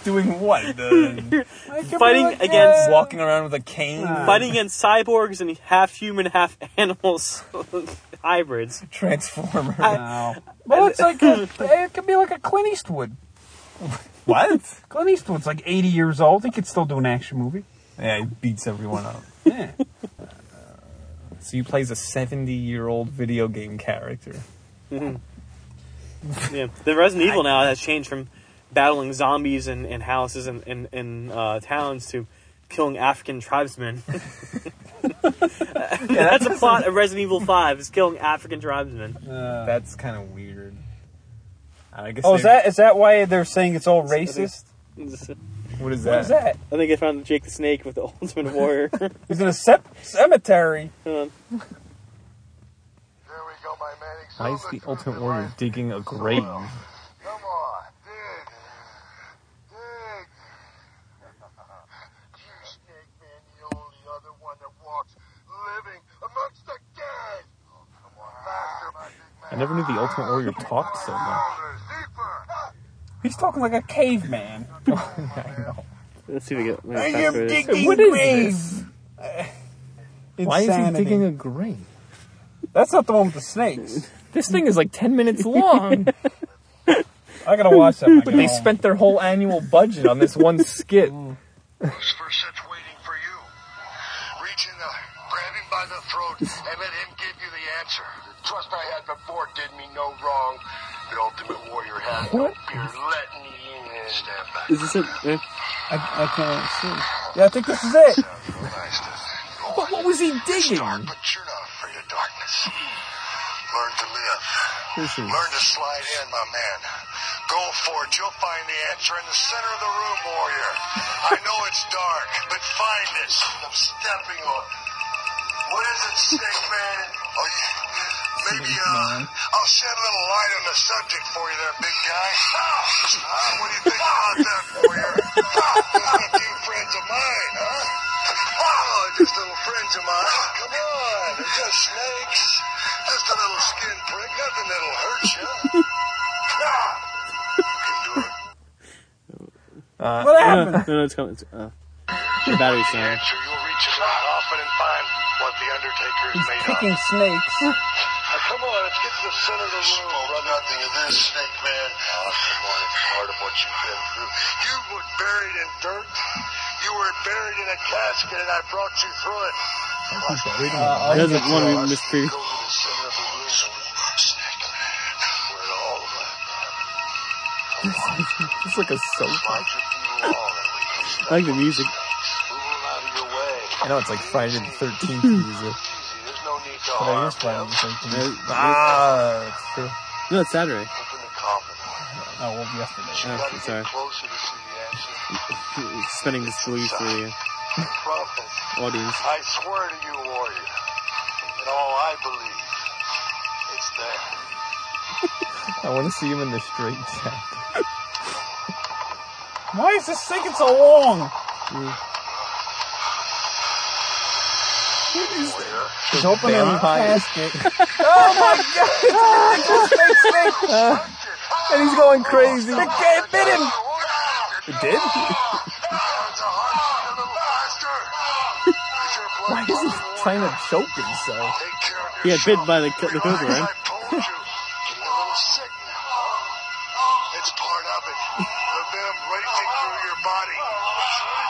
Speaker 2: Doing what? The-
Speaker 3: I could be
Speaker 4: Fighting
Speaker 3: like,
Speaker 4: against-
Speaker 3: uh,
Speaker 2: walking around with a cane,
Speaker 3: Nah.
Speaker 4: fighting against cyborgs and half-human, half-animals hybrids.
Speaker 2: transformer. Uh,
Speaker 3: No. Well, it's like a, it could be like a Clint Eastwood.
Speaker 2: what?
Speaker 3: Clint Eastwood's like 80 years old. He could still do an action movie.
Speaker 2: Yeah, he beats everyone up.
Speaker 3: Yeah.
Speaker 2: So he plays a 70 year old video game character.
Speaker 4: Yeah, the Resident Evil now has changed from battling zombies in, in houses and in, in uh, towns to killing African tribesmen. that's a plot of Resident Evil Five is killing African tribesmen.
Speaker 3: Uh,
Speaker 2: That's kind of weird. I guess.
Speaker 3: oh, is
Speaker 2: they-
Speaker 3: that is that why they're saying it's all racist?
Speaker 2: What is that?
Speaker 3: What is that?
Speaker 4: I think I found Jake the Snake with the Ultimate Warrior.
Speaker 3: He's in a sep- cemetery.
Speaker 6: There we go, my man.
Speaker 2: Why is the Ultimate Warrior digging a grave?
Speaker 6: Come on, dig. Dig. You snake man, the only other one that walks living amongst the dead. Oh, come on, faster, my big man.
Speaker 2: I never knew the Ultimate Warrior talked so much.
Speaker 6: Louder, deeper.
Speaker 3: He's talking like a caveman.
Speaker 2: I know.
Speaker 4: Let's see if we get.
Speaker 3: I am digging
Speaker 2: What is
Speaker 3: graves.
Speaker 2: Why is he
Speaker 3: Insanity.
Speaker 2: digging a grave?
Speaker 3: That's not the one with the snakes.
Speaker 2: This thing is like 10 minutes long.
Speaker 3: I gotta watch that. when I get
Speaker 2: they
Speaker 3: home.
Speaker 2: spent their whole annual budget on this one skit.
Speaker 6: Who's for such waiting for you? Reach in the, grab him by the throat, and let him give you the answer. The trust I had before did me no wrong. The ultimate warrior has no fear. Let me in. Stand back.
Speaker 4: Is this it? Eh,
Speaker 3: I, I can't see. Yeah, I think this is it.
Speaker 6: Nice to think.
Speaker 2: But what was he digging?
Speaker 6: Dark, but you're not afraid of darkness. Learn to live. Learn to slide in, my man. Go for it. You'll find the answer in the center of the room, warrior. I know it's dark, but find it. I'm stepping on. What is it, snake man? Oh, you, Maybe uh, I'll shed a little light on the subject for you there, big guy. Huh? What do you think about that, warrior? Ah, Huh? A few friends of mine, huh? Oh, just little friends of mine. Come on, they're just snakes. Just a little skin prick, nothing that'll hurt you. Nah. You can do it.
Speaker 4: Uh,
Speaker 3: What
Speaker 4: No,
Speaker 3: happened?
Speaker 4: no, no, it's coming. It's, uh, the battery's down.
Speaker 6: Answer, you'll reach his out often and find what the Undertaker is made of.
Speaker 3: Picking snakes.
Speaker 6: Now, come on, let's get to the center of the room. Spoke nothing of this, Snake Man. Oh, come on, it's part of what you've been through. You were buried in dirt. You were buried in a casket, and I brought you through it.
Speaker 4: It doesn't want to be missed
Speaker 6: Go
Speaker 4: preview.
Speaker 6: to the center of the room. Snake Man, where all of that
Speaker 2: It's like a soap.
Speaker 6: lies with you all that we used to
Speaker 4: I like the music.
Speaker 6: move out of your way.
Speaker 2: I know it's like Friday the Thirteenth music,
Speaker 6: Easy, there's no need to
Speaker 2: but I
Speaker 6: harm
Speaker 2: use Friday
Speaker 6: them.
Speaker 2: the Thirteenth.
Speaker 4: No, Uh,
Speaker 2: Ah, it's true.
Speaker 4: No, it's Saturday.
Speaker 6: Open the coffin.
Speaker 2: Oh, well, yesterday.
Speaker 6: You
Speaker 4: Oh,
Speaker 6: gotta
Speaker 4: sorry.
Speaker 6: get closer to see the answer.
Speaker 4: It's spinning this lead for the
Speaker 6: Prophet.
Speaker 4: audience.
Speaker 6: I swear to you, warrior, in all I believe, it's there.
Speaker 2: I want to see him in the straight jacket.
Speaker 3: Why is this taking so long?
Speaker 2: He's opening a casket, and he's going crazy. The cat bit him. It did? Why is he trying to choke himself?
Speaker 6: He
Speaker 4: Yeah, bit by the, the cobra, right?
Speaker 6: It's part of it. The venom racing through your body.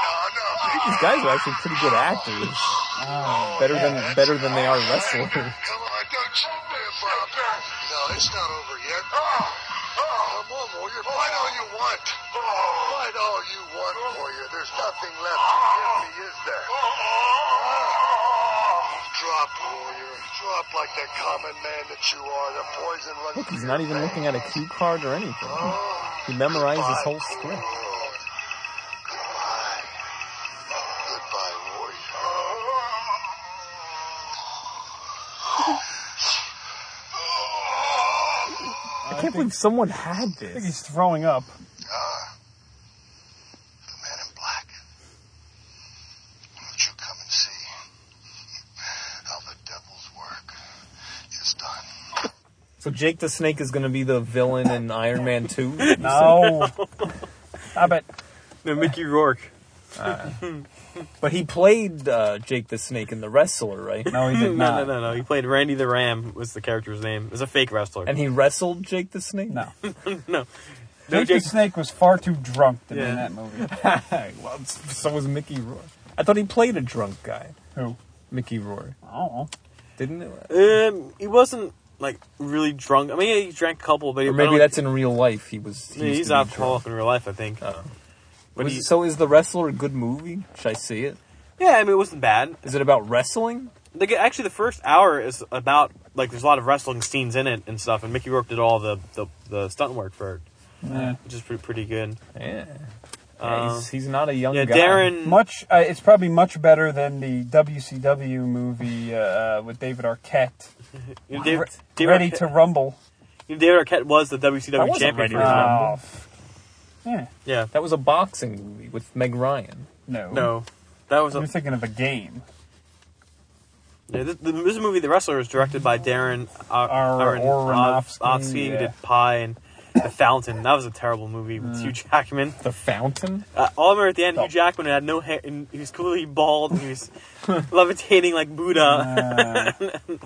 Speaker 6: No, no.
Speaker 2: These guys are actually pretty good actors.
Speaker 3: Oh,
Speaker 2: better than better than they are wrestlers.
Speaker 6: Come on, don't you live up. No, it's not over yet. Come on, Oh. warrior. Fight all Oh, you want. Fight all you want, warrior. There's nothing left to give me, is there? Oh. Drop, warrior. Drop like the common man that you are. The poison runs
Speaker 2: Look,
Speaker 6: through
Speaker 2: he's
Speaker 6: your
Speaker 2: not even looking at a cue card or anything.
Speaker 3: Oh,
Speaker 2: He
Speaker 6: Oh,
Speaker 2: memorized his whole script.
Speaker 6: Goodbye. Goodbye, warrior.
Speaker 2: I can't believe someone had
Speaker 3: I think
Speaker 2: this.
Speaker 3: he's throwing up.
Speaker 6: The man in black. Won't you come and see how the devil's work is done?
Speaker 2: So Jake the Snake is going to be the villain in Iron Man Two.
Speaker 3: No. I bet.
Speaker 4: No, Mickey Rourke.
Speaker 2: But he played uh, Jake the Snake in The Wrestler, right?
Speaker 3: No, he
Speaker 4: No,
Speaker 3: did
Speaker 4: no,
Speaker 3: not.
Speaker 4: no, no. He played Randy the Ram. Was the character's name? It was a fake wrestler.
Speaker 2: And he wrestled Jake the Snake?
Speaker 3: No.
Speaker 4: no,
Speaker 3: Jake the
Speaker 4: Jake.
Speaker 3: Snake was far too drunk to be
Speaker 4: Yeah.
Speaker 3: in that movie.
Speaker 2: well, s- so was Mickey Rourke. I thought he played a drunk guy,
Speaker 3: Who?
Speaker 2: Mickey Rourke.
Speaker 3: I don't know.
Speaker 2: Didn't it?
Speaker 4: Um, he wasn't like really drunk. I mean, he drank a couple, but he,
Speaker 2: Or
Speaker 4: I
Speaker 2: maybe
Speaker 4: don't-
Speaker 2: that's in real life. He was.
Speaker 4: Yeah, he's
Speaker 2: not drunk. Oh.
Speaker 4: alcoholic in real life, I think. But
Speaker 2: Was-
Speaker 4: he,
Speaker 2: so is The Wrestler a good movie? Should I see it?
Speaker 4: yeah, I mean, it wasn't bad.
Speaker 2: Is it about wrestling?
Speaker 4: Like, actually, the first hour is about like there's a lot of wrestling scenes in it and stuff, and Mickey Rourke did all the the, the stunt work for it,
Speaker 3: Yeah.
Speaker 4: which is pretty pretty good.
Speaker 2: Yeah.
Speaker 4: Uh,
Speaker 2: he's, he's not a young
Speaker 4: Yeah,
Speaker 2: guy.
Speaker 4: Darren.
Speaker 3: Much. Uh, it's probably much better than the WCW movie uh, uh, with David Arquette.
Speaker 4: you know, Dave-
Speaker 3: Re-
Speaker 4: David
Speaker 3: ready
Speaker 4: Arquette-
Speaker 3: to rumble.
Speaker 4: you know, David Arquette was the
Speaker 2: I
Speaker 4: WCW
Speaker 2: wasn't
Speaker 4: champion.
Speaker 2: ready
Speaker 4: for
Speaker 2: to
Speaker 4: a time.
Speaker 2: rumble.
Speaker 3: Oh, f- yeah.
Speaker 4: Yeah.
Speaker 2: That was a boxing movie with Meg Ryan.
Speaker 3: No.
Speaker 4: No, that was a,
Speaker 3: I'm thinking of a game.
Speaker 4: yeah, this, this movie. The Wrestler was directed by Darren Ar-
Speaker 3: Ar-
Speaker 4: Aron-
Speaker 3: Aronofsky,
Speaker 4: Aronofsky, who
Speaker 3: yeah.
Speaker 4: did Pie and The Fountain. That was a terrible movie
Speaker 3: Mm.
Speaker 4: with Hugh Jackman.
Speaker 2: The Fountain?
Speaker 4: Uh, all I remember at the
Speaker 3: Oh.
Speaker 4: end, Hugh Jackman had no hair, and he was clearly bald, and he was levitating like Buddha.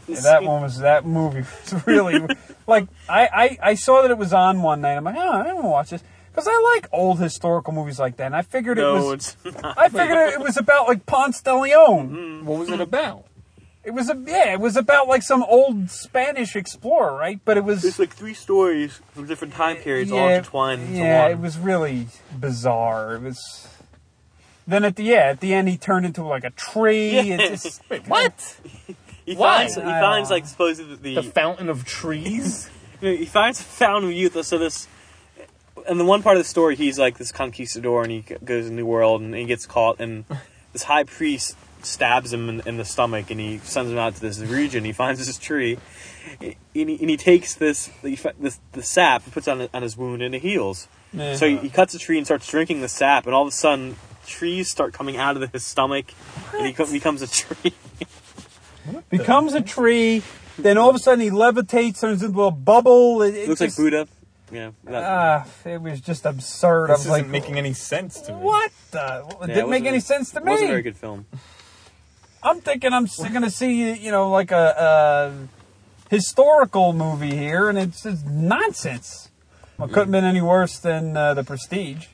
Speaker 3: Yeah, that one was that movie was really like I, I I saw that it was on one night. I'm like, oh, I don't want to watch this because I like old historical movies like that. And I figured it
Speaker 4: no,
Speaker 3: was
Speaker 4: it's
Speaker 3: I figured it was about like Ponce de Leon.
Speaker 4: Mm-hmm.
Speaker 2: What was it about?
Speaker 3: It was a yeah, it was about like some old Spanish explorer, right? But it
Speaker 4: it's
Speaker 3: was
Speaker 4: like three stories from different time periods all
Speaker 3: yeah,
Speaker 4: intertwined into
Speaker 3: Yeah,
Speaker 4: one.
Speaker 3: it was really bizarre. It was. Then at the yeah, at the end he turned into like a tree. It's just,
Speaker 2: What?
Speaker 4: he
Speaker 2: why?
Speaker 4: finds he
Speaker 3: I
Speaker 4: finds
Speaker 3: don't
Speaker 4: like supposedly the,
Speaker 2: The Fountain of Trees?
Speaker 4: you know, he finds a fountain of youth. So this, and the one part of the story, he's like this conquistador, and he g- goes to the New World, and he gets caught, and this high priest stabs him in, in the stomach, and he sends him out to this region. He finds this tree, and he, and he takes this the, fa- this the sap and puts it on on his wound, and it heals. So he, he cuts a tree and starts drinking the sap, and all of a sudden, trees start coming out of his stomach, and he co- becomes a tree.
Speaker 3: Becomes a tree. Then all of a sudden he levitates, turns into a bubble. It, it
Speaker 4: looks
Speaker 3: just-
Speaker 4: like Buddha. Yeah, that-
Speaker 3: Ah, it was just absurd. I
Speaker 2: This
Speaker 3: was
Speaker 2: isn't
Speaker 3: like,
Speaker 2: making any sense to me.
Speaker 3: what? The? It
Speaker 4: yeah, it
Speaker 3: didn't make
Speaker 4: wasn't
Speaker 3: any
Speaker 4: a-
Speaker 3: sense to
Speaker 4: it Wasn't a very
Speaker 3: me.
Speaker 4: good film.
Speaker 3: I'm thinking I'm going to see, you know, like a, a historical movie here, and it's just nonsense. Well, it couldn't been any worse than uh, The Prestige.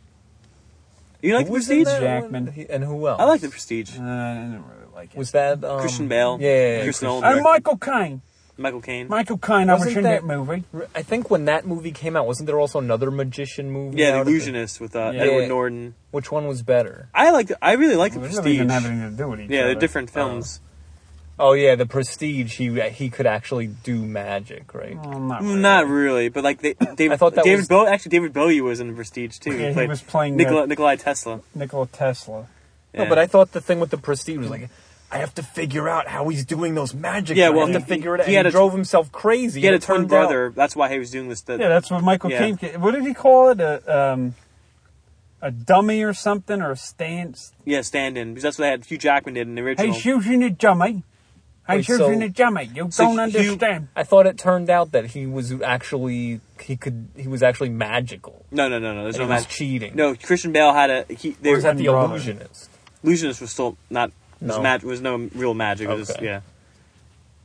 Speaker 4: You like
Speaker 2: Who
Speaker 4: the
Speaker 2: was in
Speaker 4: Prestige?
Speaker 2: that one?
Speaker 3: Jackman.
Speaker 2: He- and who else?
Speaker 4: I like the Prestige.
Speaker 3: Uh, I didn't really like it.
Speaker 2: Was that um,
Speaker 4: Christian Bale.
Speaker 2: Yeah, yeah, yeah,
Speaker 4: Kristen
Speaker 2: Christian-
Speaker 4: Oldwick.
Speaker 3: and Michael Caine.
Speaker 4: Michael Caine.
Speaker 3: Michael Caine, I was
Speaker 2: Wasn't
Speaker 3: in that,
Speaker 2: that-
Speaker 3: movie.
Speaker 2: I think when that movie came out, wasn't there also another magician movie? out
Speaker 4: yeah, The
Speaker 2: at
Speaker 4: Illusionist with uh,
Speaker 2: Yeah.
Speaker 4: Edward
Speaker 2: Yeah.
Speaker 4: Norton.
Speaker 2: Which one was better?
Speaker 4: I like. The, I really like the
Speaker 3: It really
Speaker 4: Prestige.
Speaker 3: didn't have anything to do with each
Speaker 4: yeah,
Speaker 3: other. Uh,
Speaker 4: they're
Speaker 2: uh,
Speaker 4: different films.
Speaker 2: Oh yeah, The Prestige. He he could actually do magic, right?
Speaker 3: Well, not
Speaker 4: Mm,
Speaker 3: really.
Speaker 4: Not really, but like they, David,
Speaker 2: I thought that
Speaker 4: David
Speaker 2: was-
Speaker 4: Bowie. Actually, David Bowie was in the Prestige too.
Speaker 3: Yeah, he
Speaker 4: played
Speaker 3: was playing
Speaker 4: Nikola,
Speaker 3: the-
Speaker 4: Nikolai Tesla.
Speaker 3: Nikola Tesla.
Speaker 2: No,
Speaker 4: Yeah.
Speaker 2: but I thought the thing with The Prestige was like. I have to figure out how he's doing those magic.
Speaker 4: Yeah,
Speaker 2: I
Speaker 4: well,
Speaker 2: have
Speaker 4: he-
Speaker 2: to figure it out.
Speaker 4: he
Speaker 2: He, and
Speaker 4: had a
Speaker 2: he
Speaker 4: tw-
Speaker 2: drove himself crazy.
Speaker 4: he had a
Speaker 2: and it
Speaker 4: twin
Speaker 2: turned out-
Speaker 4: brother. That's why he was doing this. The,
Speaker 3: Yeah, that's what Michael
Speaker 4: Yeah.
Speaker 3: Caine. What did he call it? A um, a dummy or something, or a stance?
Speaker 4: yeah, stand-in because that's what they had Hugh Jackman did in the
Speaker 3: Hey,
Speaker 4: original.
Speaker 3: shooting a dummy. Hey,
Speaker 2: Wait,
Speaker 3: shooting
Speaker 2: so-
Speaker 3: a dummy. You
Speaker 4: so
Speaker 3: don't
Speaker 4: Hugh-
Speaker 3: understand.
Speaker 2: I thought it turned out that he was actually he could he was actually magical.
Speaker 4: No, no, no, no. There's
Speaker 2: And
Speaker 4: no
Speaker 2: he was
Speaker 4: magic.
Speaker 2: cheating.
Speaker 4: No, Christian Bale had a. He, they
Speaker 2: Or is that
Speaker 4: were-
Speaker 2: the
Speaker 3: brother.
Speaker 2: illusionist?
Speaker 4: illusionist was still not. Was
Speaker 2: No.
Speaker 4: mag- was no real magic. It was
Speaker 2: Okay.
Speaker 4: yeah.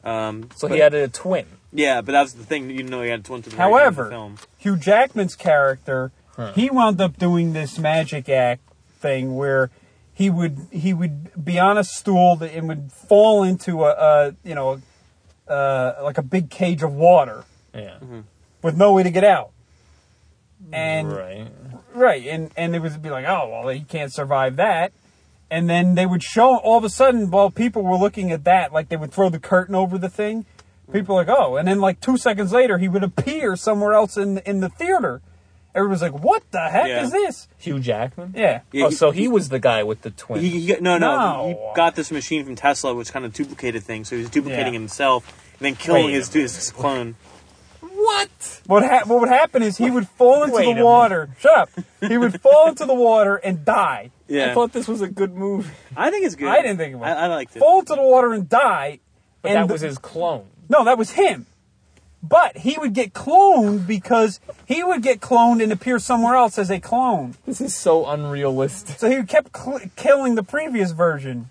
Speaker 4: Um,
Speaker 2: So
Speaker 4: but-
Speaker 2: he had a twin.
Speaker 4: Yeah, but that was the thing. You didn't know he had twin to the very end of the
Speaker 3: However,
Speaker 4: film.
Speaker 3: Hugh Jackman's character, he wound up doing this magic act thing where he would he would be on a stool that- and would fall into a, a you know uh, like a big cage of water
Speaker 2: Yeah.
Speaker 4: Mm-hmm.
Speaker 3: with no way to get out. And
Speaker 2: right.
Speaker 3: Right, and and it would be like, oh well, he can't survive that. And then they would show all of a sudden, while people were looking at that, like they would throw the curtain over the thing. People were like, oh, and then like two seconds later, he would appear somewhere else in in the theater. Everyone was like, what the heck
Speaker 4: Yeah.
Speaker 3: is this?
Speaker 2: Hugh Jackman?
Speaker 3: Yeah,
Speaker 4: Yeah,
Speaker 2: oh,
Speaker 4: he-
Speaker 2: so he, was the guy with the twin.
Speaker 4: He, he got- no, no,
Speaker 3: No.
Speaker 4: He got this machine from Tesla, which kind of duplicated things. So he was duplicating
Speaker 3: Yeah.
Speaker 4: himself, and then killing
Speaker 2: Wait a
Speaker 4: his his clone.
Speaker 2: what?
Speaker 3: What ha- what would happen is he would fall into
Speaker 2: Wait a
Speaker 3: the
Speaker 2: minute.
Speaker 3: water. Shut up. He would fall into the water and die.
Speaker 4: Yeah,
Speaker 2: I thought this was a good movie.
Speaker 4: I think it's good.
Speaker 3: I didn't think it was.
Speaker 4: I, I liked it.
Speaker 3: Fall into the water and die.
Speaker 2: But
Speaker 3: and
Speaker 2: that
Speaker 3: the-
Speaker 2: was his clone.
Speaker 3: No, that was him. But he would get cloned because he would get cloned and appear somewhere else as a clone.
Speaker 2: This is so unrealistic.
Speaker 3: So he kept cl- killing the previous version.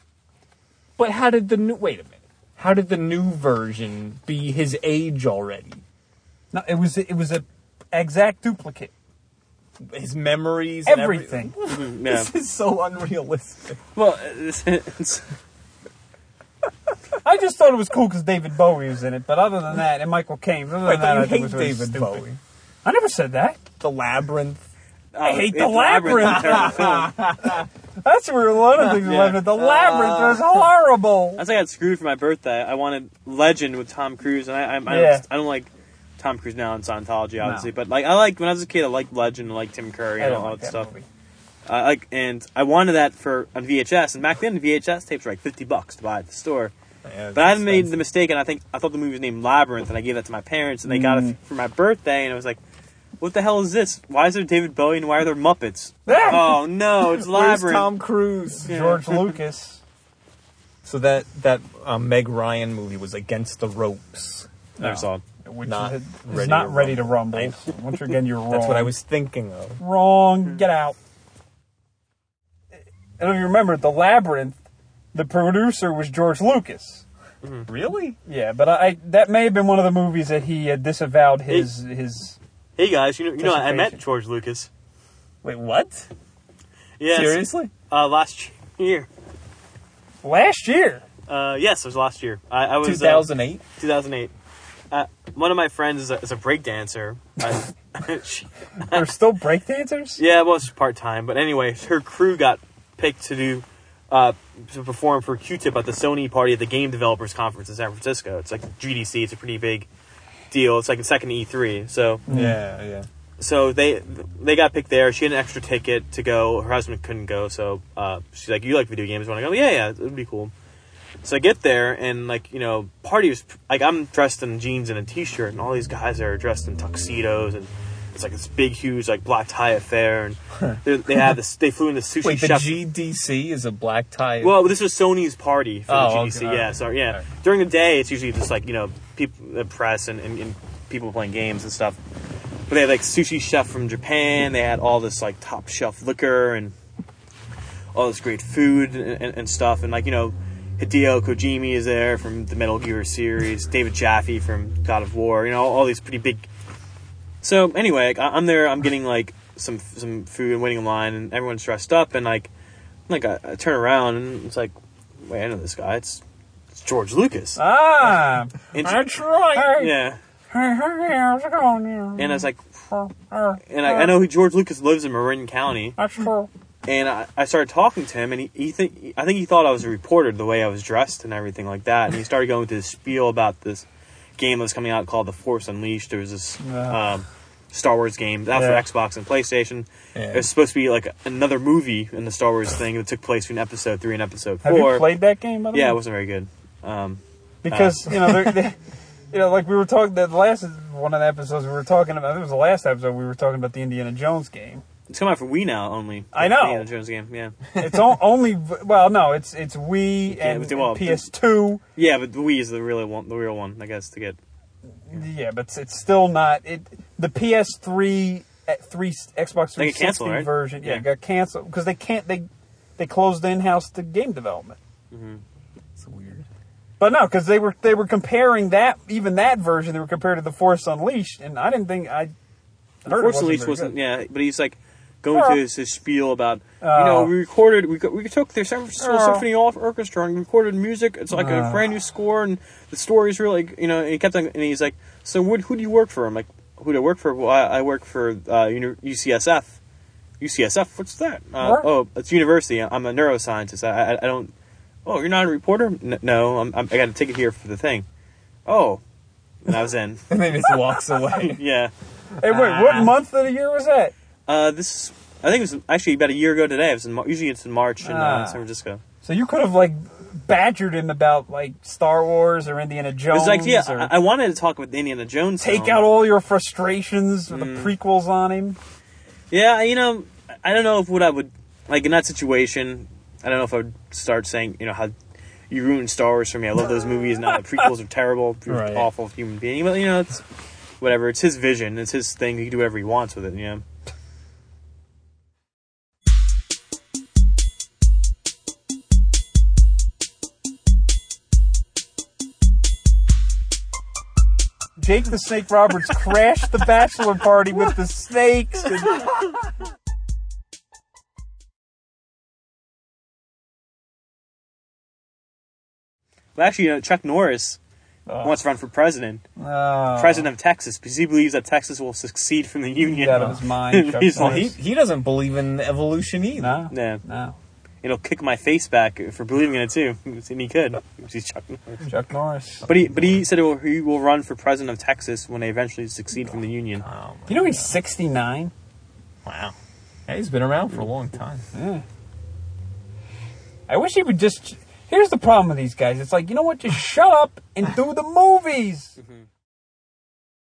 Speaker 2: But how did the new wait a minute? How did the new version be his age already?
Speaker 3: No, it was it was a exact duplicate.
Speaker 2: His memories, and every-
Speaker 3: Everything.
Speaker 4: Mm, Yeah.
Speaker 2: This is so unrealistic.
Speaker 4: Well, it's, it's,
Speaker 3: I just thought it was cool because David Bowie was in it, but other than that, and Michael Caine. Other than
Speaker 2: Wait,
Speaker 3: that,
Speaker 2: but you
Speaker 3: I think it
Speaker 2: hate
Speaker 3: was really
Speaker 2: David
Speaker 3: stupid.
Speaker 2: Bowie.
Speaker 3: I never said that.
Speaker 2: The labyrinth.
Speaker 4: I
Speaker 3: hate the Labyrinth. That's where a lot of things
Speaker 4: Yeah.
Speaker 3: left. The
Speaker 2: Uh,
Speaker 3: labyrinth was horrible.
Speaker 4: As I got screwed for my birthday, I wanted Legend with Tom Cruise, and I I, I,
Speaker 3: Yeah.
Speaker 4: don't, I don't like Tom Cruise now in Scientology, obviously, but like I liked when I was a kid, I liked Legend, I liked Tim Curry, and
Speaker 3: don't
Speaker 4: all that
Speaker 3: like that
Speaker 4: stuff.
Speaker 3: movie.
Speaker 4: I like, and I wanted that for on VHS, and back then VHS tapes were like fifty bucks to buy at the store. But I made the mistake, and I think I thought the movie was named Labyrinth, and I gave that to my parents, and they got it for my birthday, and I was like, "What the hell is this? Why is there David Bowie, and why are there Muppets?"
Speaker 3: Yeah.
Speaker 4: oh no, it's
Speaker 2: Where's
Speaker 4: Labyrinth.
Speaker 2: Tom Cruise?
Speaker 3: George Lucas.
Speaker 2: So that that um, Meg Ryan movie was Against the Ropes.
Speaker 4: Never saw it.
Speaker 3: Which
Speaker 2: Not
Speaker 3: is
Speaker 2: ready
Speaker 3: not
Speaker 2: to
Speaker 3: ready
Speaker 2: rumble.
Speaker 3: to rumble. So Once again, you're wrong.
Speaker 2: That's what I was thinking of.
Speaker 3: Wrong. Get out. And if you remember, The Labyrinth, the producer was George Lucas.
Speaker 2: Really?
Speaker 3: Yeah, but I, I that may have been one of the movies that he uh, disavowed his his.
Speaker 4: Hey guys, you know, you know, I met
Speaker 3: Participation.
Speaker 4: George Lucas.
Speaker 2: Wait, what?
Speaker 4: Yes,
Speaker 2: Seriously?
Speaker 4: Uh, last year.
Speaker 3: Last year,
Speaker 4: Uh, yes, it was last year. I, I was uh,
Speaker 2: 2008?
Speaker 4: 2008. Uh, one of my friends is a, is a break dancer. I- she-
Speaker 3: they're still breakdancers.
Speaker 4: Yeah, well, it's part time. But anyway, her crew got picked to do uh, to perform for Q-Tip at the Sony party at the Game Developers Conference in San Francisco. It's like GDC. It's a pretty big deal. It's like the second E3. So
Speaker 2: Yeah, yeah.
Speaker 4: so they they got picked there. She had an extra ticket to go. Her husband couldn't go, so uh, she's like, "You like video games? Want to go? Yeah, yeah, it'd be cool." So I get there and like you know, party was like I'm dressed in jeans and a t-shirt, and all these guys are dressed in tuxedos, and it's like this big, huge like black tie affair, and they- they had this. They flew in the sushi
Speaker 2: Wait, the
Speaker 4: chef.
Speaker 2: GDC is a black tie.
Speaker 4: Well, this was Sony's party for
Speaker 2: Oh,
Speaker 4: the GDC.
Speaker 2: okay, all
Speaker 4: Yeah,
Speaker 2: right,
Speaker 4: sorry. Yeah,
Speaker 2: all right.
Speaker 4: during the day, it's usually just like you know, people, the press and, and, and people playing games and stuff. But they had like sushi chef from Japan. They had all this like top shelf liquor and all this great food and, and, and stuff. And like you know, Hideo Kojimi is there from the Metal Gear series. David Jaffe from God of War. You know, all these pretty big so anyway, like, I- I'm there. I'm getting like some some food and waiting in line, and everyone's dressed up. And like, like I, I turn around and it's like, wait, I know this guy. It's, it's George Lucas.
Speaker 3: Ah,
Speaker 4: And-
Speaker 3: that's right.
Speaker 4: yeah.
Speaker 3: Hey, hey, how's it going? Yeah.
Speaker 4: And I was like,
Speaker 3: Uh,
Speaker 4: and I, I know who George Lucas lives in Marin County.
Speaker 3: That's cool.
Speaker 4: And I, I started talking to him, and he, he think I think he thought I was a reporter the way I was dressed and everything like that. And he started going through this spiel about this game that was coming out called The Force Unleashed. There was this
Speaker 3: Yeah.
Speaker 4: um, Star Wars game that
Speaker 3: Uh. Yeah.
Speaker 4: was for Xbox and PlayStation.
Speaker 2: Yeah.
Speaker 4: It was supposed to be like another movie in the Star Wars thing that took place between Episode Three and Episode
Speaker 3: Have
Speaker 4: Four.
Speaker 3: you played that game? By the
Speaker 4: yeah,
Speaker 3: way?
Speaker 4: it wasn't very good. Um,
Speaker 3: because you know, they're- they, you know, like we were talking that last one of the episodes we were talking about. I think it was the last episode we were talking about the Indiana Jones game.
Speaker 4: it's coming out for Wii now only.
Speaker 3: I know.
Speaker 4: Indiana Jones game. Yeah,
Speaker 3: It's on, only well, no, it's it's Wii and,
Speaker 4: do all-
Speaker 3: PS2.
Speaker 4: yeah, but the Wii is the real one. The real one, I guess, to get.
Speaker 3: Yeah, but it's, it's still not it. The PS3, at three Xbox
Speaker 4: They got
Speaker 3: 360
Speaker 4: canceled, right?
Speaker 3: version, yeah,
Speaker 4: Yeah.
Speaker 3: got canceled because they can't they they closed the in-house the game development.
Speaker 4: Mm-hmm.
Speaker 2: It's weird.
Speaker 3: But no, because they were they were comparing that even that version they were compared to the Force Unleashed, and I didn't think I. heard it wasn't
Speaker 4: Unfortunately,
Speaker 3: very
Speaker 4: it wasn't.
Speaker 3: good.
Speaker 4: Yeah, but he's like going
Speaker 3: Oh.
Speaker 4: through this, this spiel about
Speaker 3: Oh.
Speaker 4: you know we recorded we got- we took the San Francisco
Speaker 3: Oh.
Speaker 4: Symphony Or- Orchestra and recorded music. It's like a brand new score and the story's really you know. And he kept on, and he's like, so what, who do you work for? I'm like, who do I work for? Well, I, I work for uh, uni- UCSF. UCSF, what's that? Uh,
Speaker 3: What?
Speaker 4: oh, it's university. I'm a neuroscientist. I, I, I don't. Oh, you're not a reporter? N- no, I'm, I'm, I got a ticket here for the thing. Oh, and I was in.
Speaker 2: And then he just walks away.
Speaker 4: yeah. Ah.
Speaker 3: Hey, wait, what month of the year was that?
Speaker 4: Uh, this I think it was actually about a year ago today. It was in, Mar- usually it's in March in
Speaker 3: Ah.
Speaker 4: uh, San Francisco.
Speaker 3: So you could have like badgered him about like Star Wars or Indiana
Speaker 4: It
Speaker 3: Jones.
Speaker 4: was like yeah,
Speaker 3: or
Speaker 4: I, I wanted to talk with Indiana Jones.
Speaker 3: take
Speaker 4: film.
Speaker 3: out all your frustrations with
Speaker 4: Mm.
Speaker 3: the prequels on him.
Speaker 4: Yeah, you know, I don't know if what I would like in that situation. I don't know if I would start saying you know how you ruined Star Wars for me. I love those movies. Now the prequels are terrible, you're an
Speaker 2: Right.
Speaker 4: awful human being. But you know, it's whatever. It's his vision. It's his thing. He can do whatever he wants with it. You know.
Speaker 3: Jake the Snake Roberts crashed the bachelor party with the snakes. and-
Speaker 4: Well, actually, you know, Chuck Norris wants to run for president,
Speaker 3: Uh. Oh,
Speaker 4: president of Texas, because he believes that Texas will succeed from the union.
Speaker 3: he's out of his mind. Chuck
Speaker 4: He's
Speaker 2: Well, he
Speaker 3: Norris.
Speaker 2: he doesn't believe in evolution either.
Speaker 3: no,
Speaker 4: Yeah.
Speaker 3: no.
Speaker 4: it'll kick my face back for believing in it too. And he could. He's Chuck Norris.
Speaker 3: Chuck Norris.
Speaker 4: But he, but he said he will, he will run for president of Texas when they eventually succeed from the union.
Speaker 3: You know he's sixty nine.
Speaker 2: Wow. Hey, he's been around for a long time.
Speaker 3: I wish he would just. Here's the problem with these guys. It's like you know what? Just shut up and do the movies.